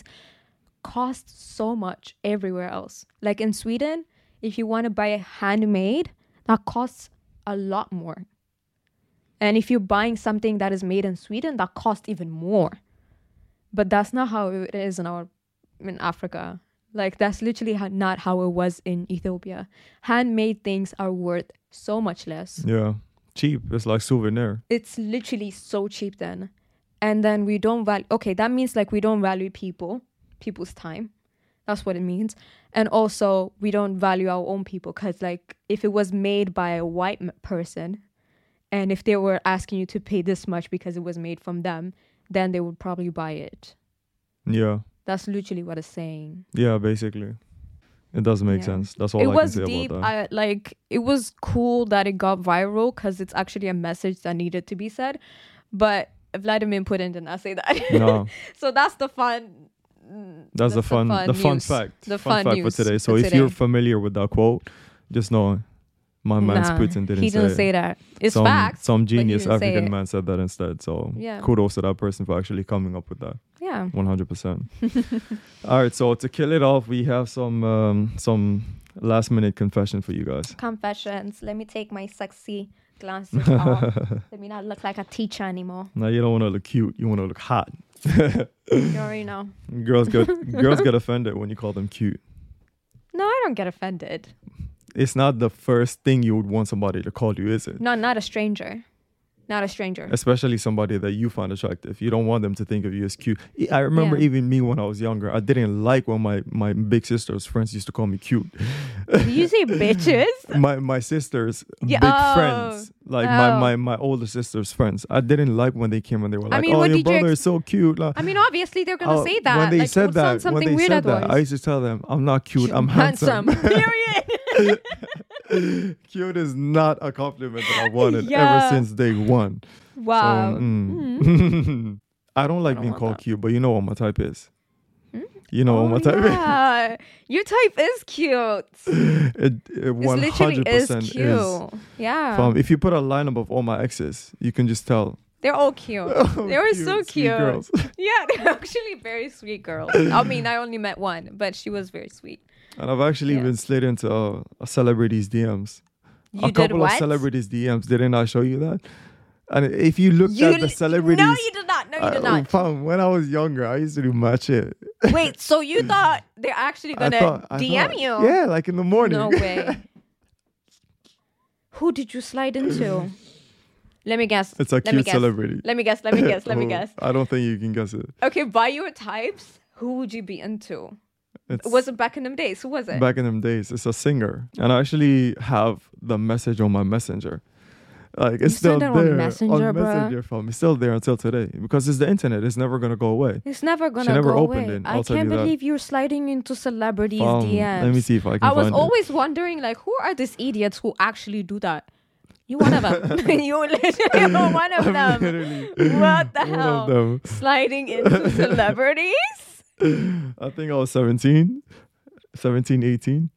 S2: cost so much everywhere else. Like in Sweden, if you want to buy a handmade, that costs a lot more. And if you're buying something that is made in Sweden, that costs even more. But that's not how it is in our in Africa. Like that's literally how, not how it was in Ethiopia. Handmade things are worth so much less
S1: yeah cheap it's like souvenir
S2: it's literally so cheap then and then we don't value okay that means like we don't value people people's time that's what it means and also we don't value our own people because like if it was made by a white m- person and if they were asking you to pay this much because it was made from them then they would probably buy it
S1: yeah
S2: that's literally what it's saying
S1: yeah basically it does make
S2: Yeah.
S1: sense that's all
S2: it
S1: i
S2: was
S1: can say
S2: deep
S1: about that
S2: I, like it was cool that it got viral because it's actually a message that needed to be said but vladimir putin did not say that
S1: no
S2: So that's the fun.
S1: that's, the fun the fun,
S2: news.
S1: fact
S2: The
S1: fun,
S2: fun
S1: fact
S2: news
S1: for today so
S2: for
S1: if you're
S2: today.
S1: familiar with that quote just know my man's
S2: Nah,
S1: putin didn't
S2: he didn't
S1: it.
S2: say that. It's
S1: some,
S2: facts.
S1: some genius
S2: didn't say
S1: african
S2: it.
S1: man said that instead so
S2: Yeah.
S1: kudos to that person for actually coming up with that
S2: yeah. Yeah.
S1: One hundred percent. All right, so to kill it off, we have some um, some last minute confession for you guys.
S2: Confessions. Let me take my sexy glasses off. Let me not look like a teacher anymore.
S1: Now you don't want to look cute; you want to look hot.
S2: You already know.
S1: girls get girls get offended when you call them cute.
S2: No, I don't get offended.
S1: It's not the first thing you would want somebody to call you, is it?
S2: No, not a stranger. Not a stranger.
S1: Especially somebody that you find attractive. You don't want them to think of you as cute. E- I remember
S2: Yeah.
S1: even me when I was younger, I didn't like when my, my big sister's friends used to call me cute.
S2: Did you say bitches?
S1: my my sister's
S2: Yeah,
S1: big
S2: oh,
S1: friends, like my,
S2: oh.
S1: my my older sister's friends, I didn't like when they came and they were like,
S2: mean,
S1: "Oh,
S2: what
S1: your
S2: did you
S1: brother
S2: ex-
S1: is so cute." Like,
S2: I mean, obviously they're gonna
S1: oh,
S2: say that.
S1: when they
S2: like, it
S1: said
S2: would
S1: that, when
S2: sound something
S1: they
S2: weird
S1: said that, I
S2: otherwise.
S1: used to tell them, "I'm not cute. I'm handsome."
S2: Period.
S1: cute is not a compliment that I wanted
S2: Yeah.
S1: ever since day one. So,
S2: Wow.
S1: mm. I don't like being
S2: want
S1: called
S2: that. Hmm? Oh,
S1: cute, but you know what my type is. You know what my type
S2: yeah. Your type is cute.
S1: is. It, it
S2: This
S1: 100%
S2: literally is
S1: is.
S2: cute. Yeah.
S1: Um, if you put a lineup of all my exes, you can just tell. "Oh,
S2: They're all cute. they were so
S1: sweet
S2: cute.
S1: girls.
S2: Yeah, they're actually very sweet girls. I mean, I only met one, but she was very sweet.
S1: And I've actually
S2: Yeah.
S1: been slid into uh, a celebrity's DMs.
S2: You
S1: a
S2: did
S1: couple
S2: what?
S1: of celebrities' DMs. Didn't I show you that? And if you looked
S2: You
S1: at uh, the
S2: li-
S1: celebrities, uh,
S2: No, you did not. No, you did
S1: I- oh,
S2: not.
S1: fam, when I was younger, I used to do my shit.
S2: Wait, so you thought they're actually
S1: I
S2: gonna
S1: thought- I
S2: DM
S1: thought-
S2: you?
S1: Yeah, like in the morning.
S2: No way. Who did you slide into? Let me guess.
S1: It's a
S2: Let me
S1: cute
S2: guess.
S1: celebrity.
S2: Let me guess. Let me guess. Let me
S1: Oh,
S2: guess.
S1: I don't think you can guess it.
S2: Okay, by your types, who would you be into?
S1: It's
S2: Was it back in them days? Who was it?
S1: back in them days. It's a singer, and I actually have the message on my messenger. Like it's
S2: send
S1: still
S2: it on
S1: there
S2: Messenger,
S1: on
S2: bruh?
S1: messenger phone. It's still there until today because it's the internet. It's never gonna go away.
S2: It's never gonna
S1: never
S2: go
S1: opened
S2: away.
S1: it,
S2: I
S1: I'll tell
S2: can't
S1: you that.
S2: believe you're sliding into celebrities'
S1: Um,
S2: DMs.
S1: let me see if I can
S2: I was
S1: find it.
S2: always wondering, like, who are these idiots who actually do that? You one of them. you literally are one of
S1: I'm
S2: them.
S1: literally
S2: What the
S1: one of
S2: hell?
S1: them.
S2: Sliding into celebrities?
S1: I think I was 17, 17, 18.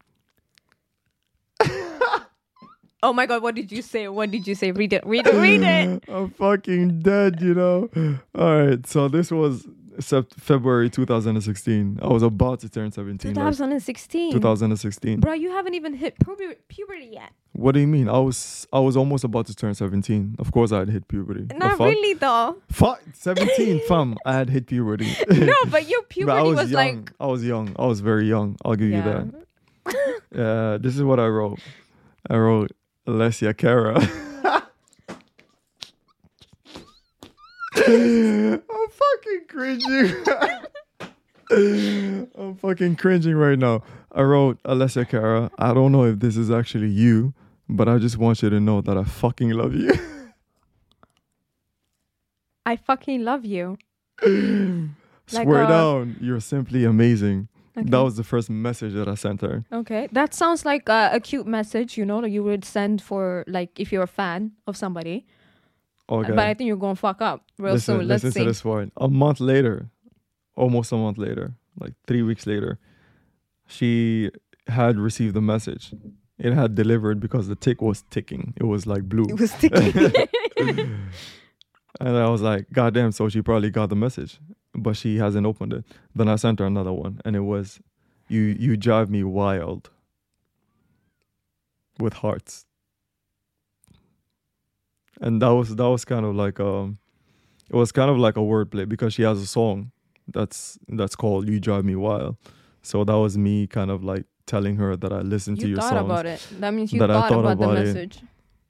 S2: Oh my god, what did you say? What did you say? Read it, read it, read it.
S1: I'm fucking dead, you know. All right, so this was Sept- February 2016. I was about to turn 17. like
S2: 2016.
S1: 2016.
S2: Bro, you haven't even hit puber- puberty yet.
S1: What do you mean? I was I was almost about to turn 17. Of course, I had hit puberty. The
S2: Not
S1: fuck?
S2: really, though.
S1: Fuck, 17, fam. I had hit puberty.
S2: No, but your
S1: But I
S2: puberty
S1: was,
S2: was
S1: young.
S2: like.
S1: I was young. I was very young. I'll give
S2: Yeah.
S1: you that. Uh, this is what I wrote. I wrote Alessia Cara. I'm fucking cringing. I'm fucking cringing right now. I wrote Alessia Cara. I don't know if this is actually you, but I just want you to know that I fucking love you.
S2: I fucking love you. Like
S1: Swear
S2: a-
S1: down, you're simply amazing. That
S2: Okay.
S1: was the first message that I sent her.
S2: Okay, that sounds like uh, a cute message, you know, that you would send for like if you're a fan of somebody.
S1: Okay.
S2: But I think you're gonna fuck up real
S1: listen,
S2: soon. Let's
S1: listen
S2: see.
S1: to this one. A month later, almost a month later, like three weeks later, she had received the message. It had delivered because the tick was ticking. It was like blue.
S2: was ticking.
S1: And I was like, God damn, so she probably got the message. But she hasn't opened it. Then I sent her another one and it was you you drive me wild. With hearts. And that was that was kind of like um it was kind of like a wordplay because she has a song that's that's called You Drive Me Wild. So that was me kind of like telling her that I listened to
S2: you
S1: your
S2: thought
S1: songs.
S2: about it. That means you
S1: that I
S2: thought,
S1: thought
S2: about,
S1: about
S2: the
S1: it.
S2: message.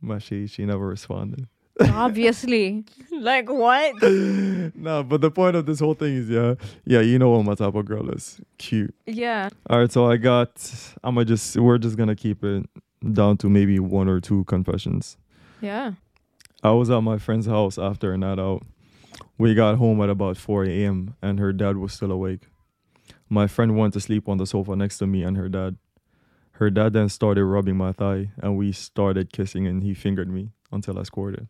S1: But she she never responded.
S2: Obviously. like what?
S1: no, but the point of this whole thing is, yeah, yeah, you know what my type of girl is. Cute.
S2: Yeah.
S1: All right, so I got. I'm gonna just. We're just gonna keep it down to maybe one or two confessions.
S2: Yeah.
S1: I was at my friend's house after a night out. We got home at about 4 a.m. and her dad was still awake. My friend went to sleep on the sofa next to me and her dad. Her dad then started rubbing my thigh and we started kissing and he fingered me until I squirted.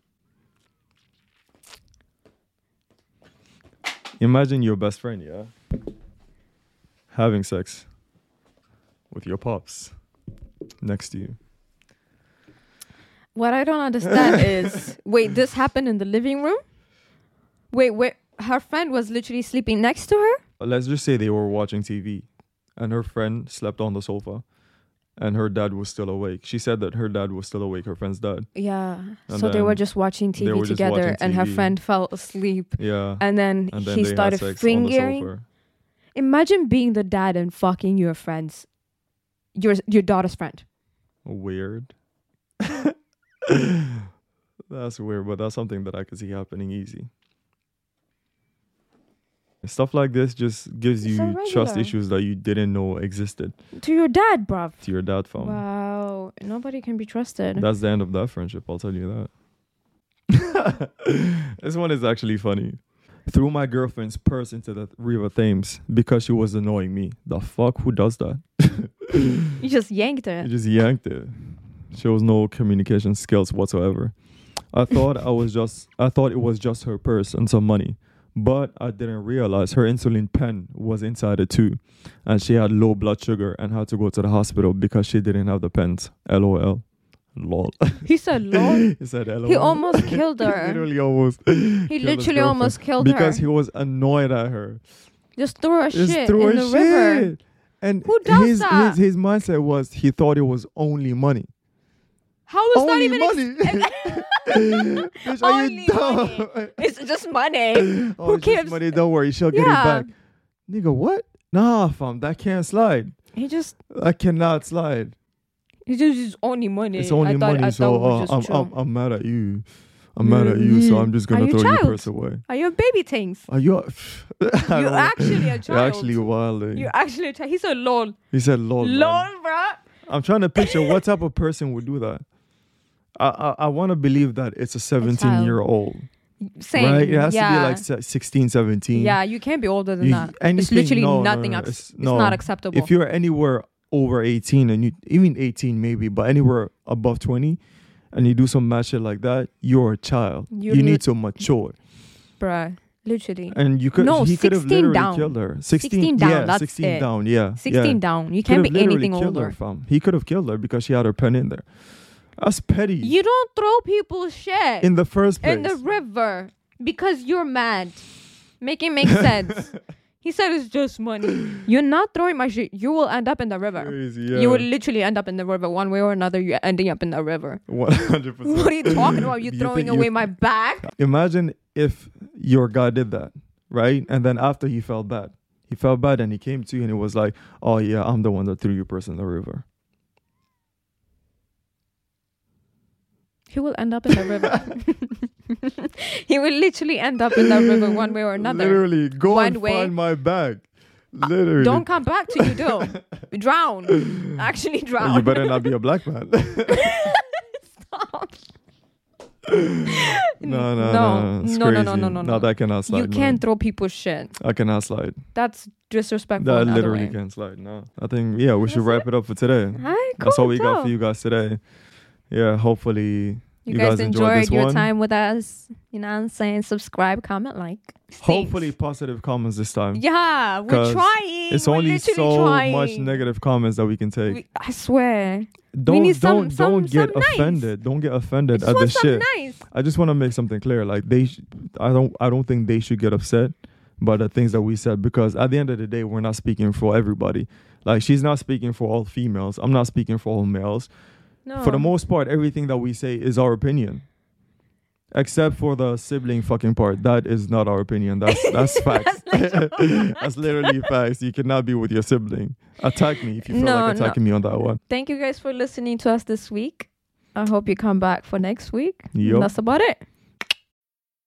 S1: Imagine your best friend, yeah? Having sex with your pops next to you.
S2: What I don't understand is wait, this happened in the living room? Wait, where her friend was literally sleeping next to her.
S1: Let's just say they were watching TV, and her friend slept on the sofa, and her dad was still awake. She said that her dad was still awake. Her friend's dad.
S2: Yeah.
S1: And
S2: so they were
S1: then
S2: just watching
S1: they
S2: TV
S1: were just
S2: together,
S1: watching
S2: and her
S1: TV.
S2: friend fell asleep.
S1: Yeah.
S2: And then,
S1: And then
S2: he
S1: they
S2: started
S1: had sex on the
S2: fingering.
S1: sofa.
S2: Imagine being the dad and fucking your friends, your your daughter's friend.
S1: Weird. that's weird, but that's something that I could see happening easy. Stuff like this just gives
S2: It's
S1: you
S2: so
S1: trust
S2: regular.
S1: issues that you didn't know existed
S2: To your dad, bruv.
S1: to your dad phone.
S2: Wow, nobody can be trusted.
S1: That's the end of that friendship, I'll tell you that. this one is actually funny. Threw my girlfriend's purse into the River Thames because she was annoying me. The fuck? Who does that?
S2: you just yanked
S1: It
S2: it.
S1: just yanked it. Shows no communication skills whatsoever. I thought I was just I thought it was just her purse and some money. But I didn't realize her insulin pen was inside it too. And she had low blood sugar and had to go to the hospital because she didn't have the pens. LOL. Lol.
S2: He said, "Lord."
S1: he said LOL.
S2: He almost killed her.
S1: literally almost. He
S2: literally almost killed her.
S1: Because he was annoyed at her.
S2: Just throw a
S1: Just
S2: shit
S1: threw
S2: in
S1: her
S2: the river.
S1: shit. And
S2: Who does
S1: his,
S2: that?
S1: his his mindset was he thought it was only money.
S2: How is that
S1: only
S2: even? ex-
S1: money. Bitch, are
S2: Only
S1: you dumb?
S2: it's just money.
S1: oh, it's just
S2: cares?
S1: Money, don't worry, she'll
S2: Yeah.
S1: get it back. Nigga, what? Nah, fam, that can't slide.
S2: He just,
S1: That cannot slide.
S2: he just is only money.
S1: It's only
S2: I thought,
S1: money,
S2: I
S1: so
S2: thought we
S1: uh,
S2: just
S1: I'm,
S2: chill.
S1: I'm, I'm mad at you. I'm mad at you, so
S2: Mm.
S1: I'm just
S2: Are
S1: gonna
S2: you
S1: throw your
S2: child?
S1: purse away.
S2: Are you baby things?
S1: Are you? you
S2: You're actually a
S1: You're
S2: child.
S1: actually wild. eh?
S2: You're actually a child. He said, "Lol,
S1: He said, "Lol." man."
S2: lol, bruh.
S1: I'm trying to picture what type of person would do that. I I, I want to believe that it's a 17 year old,
S2: Same.
S1: right? It has
S2: yeah.
S1: to be like se- 16, 17.
S2: Yeah, you can't be older than
S1: You-
S2: that. it's
S1: anything-
S2: literally
S1: no, no,
S2: nothing.
S1: no,
S2: abs-
S1: it's-
S2: it's,
S1: no.
S2: not acceptable.
S1: If you're anywhere over 18 and you even 18 maybe, but anywhere above 20 and you do some mad shit like that, you're a child.
S2: You
S1: You,
S2: li-
S1: need to mature.
S2: bruh, literally.
S1: And you could
S2: No,
S1: he could have
S2: 16
S1: literally
S2: down.
S1: killed her. 16,
S2: 16 down,
S1: yeah,
S2: that's
S1: 16
S2: it.
S1: down, yeah.
S2: 16
S1: yeah.
S2: down. You
S1: Could have
S2: can't be
S1: literally
S2: anything
S1: killed her,
S2: older.
S1: fam. He could have killed her because she had her pen in there. That's petty.
S2: You don't throw people shit
S1: in the first place.
S2: in the river because you're mad. Make it make sense. he said it's just money. You're not throwing my shit. You will end up in the river.
S1: Crazy, yeah.
S2: You will literally end up in the river one way or another. You're ending up in the river.
S1: 100%.
S2: What are you talking about? You're
S1: You
S2: throwing
S1: think you-
S2: away my bag?
S1: Imagine if your guy did that, right? And then after he felt bad, he felt bad and he came to you and he was like, "Oh yeah, I'm the one that threw your purse in the river."
S2: He will end up in the river. he will literally end up in the river one way or another.
S1: Literally, go
S2: One
S1: and
S2: way. Uh,
S1: find my bag. Literally,
S2: Don't come back to you, though. drown. Actually, drown.
S1: you better not be a black man. no,
S2: Stop.
S1: no, no, no, It's
S2: No, no,
S1: crazy.
S2: no, no, no, no.
S1: No, that cannot slide.
S2: you can't
S1: Man.
S2: throw people shit.
S1: I cannot slide.
S2: That's disrespectful.
S1: That
S2: in other
S1: literally
S2: way.
S1: can't slide. No, I think yeah, we should
S2: That's
S1: wrap it up for today.
S2: Alright,
S1: That's
S2: cool,
S1: all we got
S2: dope.
S1: for you guys today. Yeah, hopefully
S2: You,
S1: you
S2: guys,
S1: guys enjoyed
S2: enjoyed,
S1: this
S2: your
S1: one.
S2: time with us. You know what I'm saying? Subscribe, comment, like. Thanks.
S1: Hopefully positive comments this time.
S2: Yeah, we're
S1: 'Cause
S2: trying.
S1: It's
S2: we're
S1: only
S2: literally
S1: so
S2: trying.
S1: much negative comments that we can take.
S2: We- I swear.
S1: don't
S2: need some-
S1: don't
S2: some-
S1: don't get
S2: some nice.
S1: offended. Don't get offended
S2: It's
S1: at
S2: for
S1: this
S2: some
S1: shit.
S2: nice.
S1: I just want to make something clear. Like they, sh- I don't I don't think they should get upset by the things that we said because at the end of the day, we're not speaking for everybody. Like she's not speaking for all females. I'm not speaking for all males.
S2: No.
S1: For the most part, everything that we say is our opinion. Except for the sibling fucking part, that is not our opinion. That's that's facts. that's literally facts. You cannot be with your sibling. Attack me if you feel
S2: No,
S1: like
S2: no.
S1: attacking me on that one.
S2: Thank you guys for listening to us this week. I hope you come back for next week.
S1: Yup.
S2: And That's about it.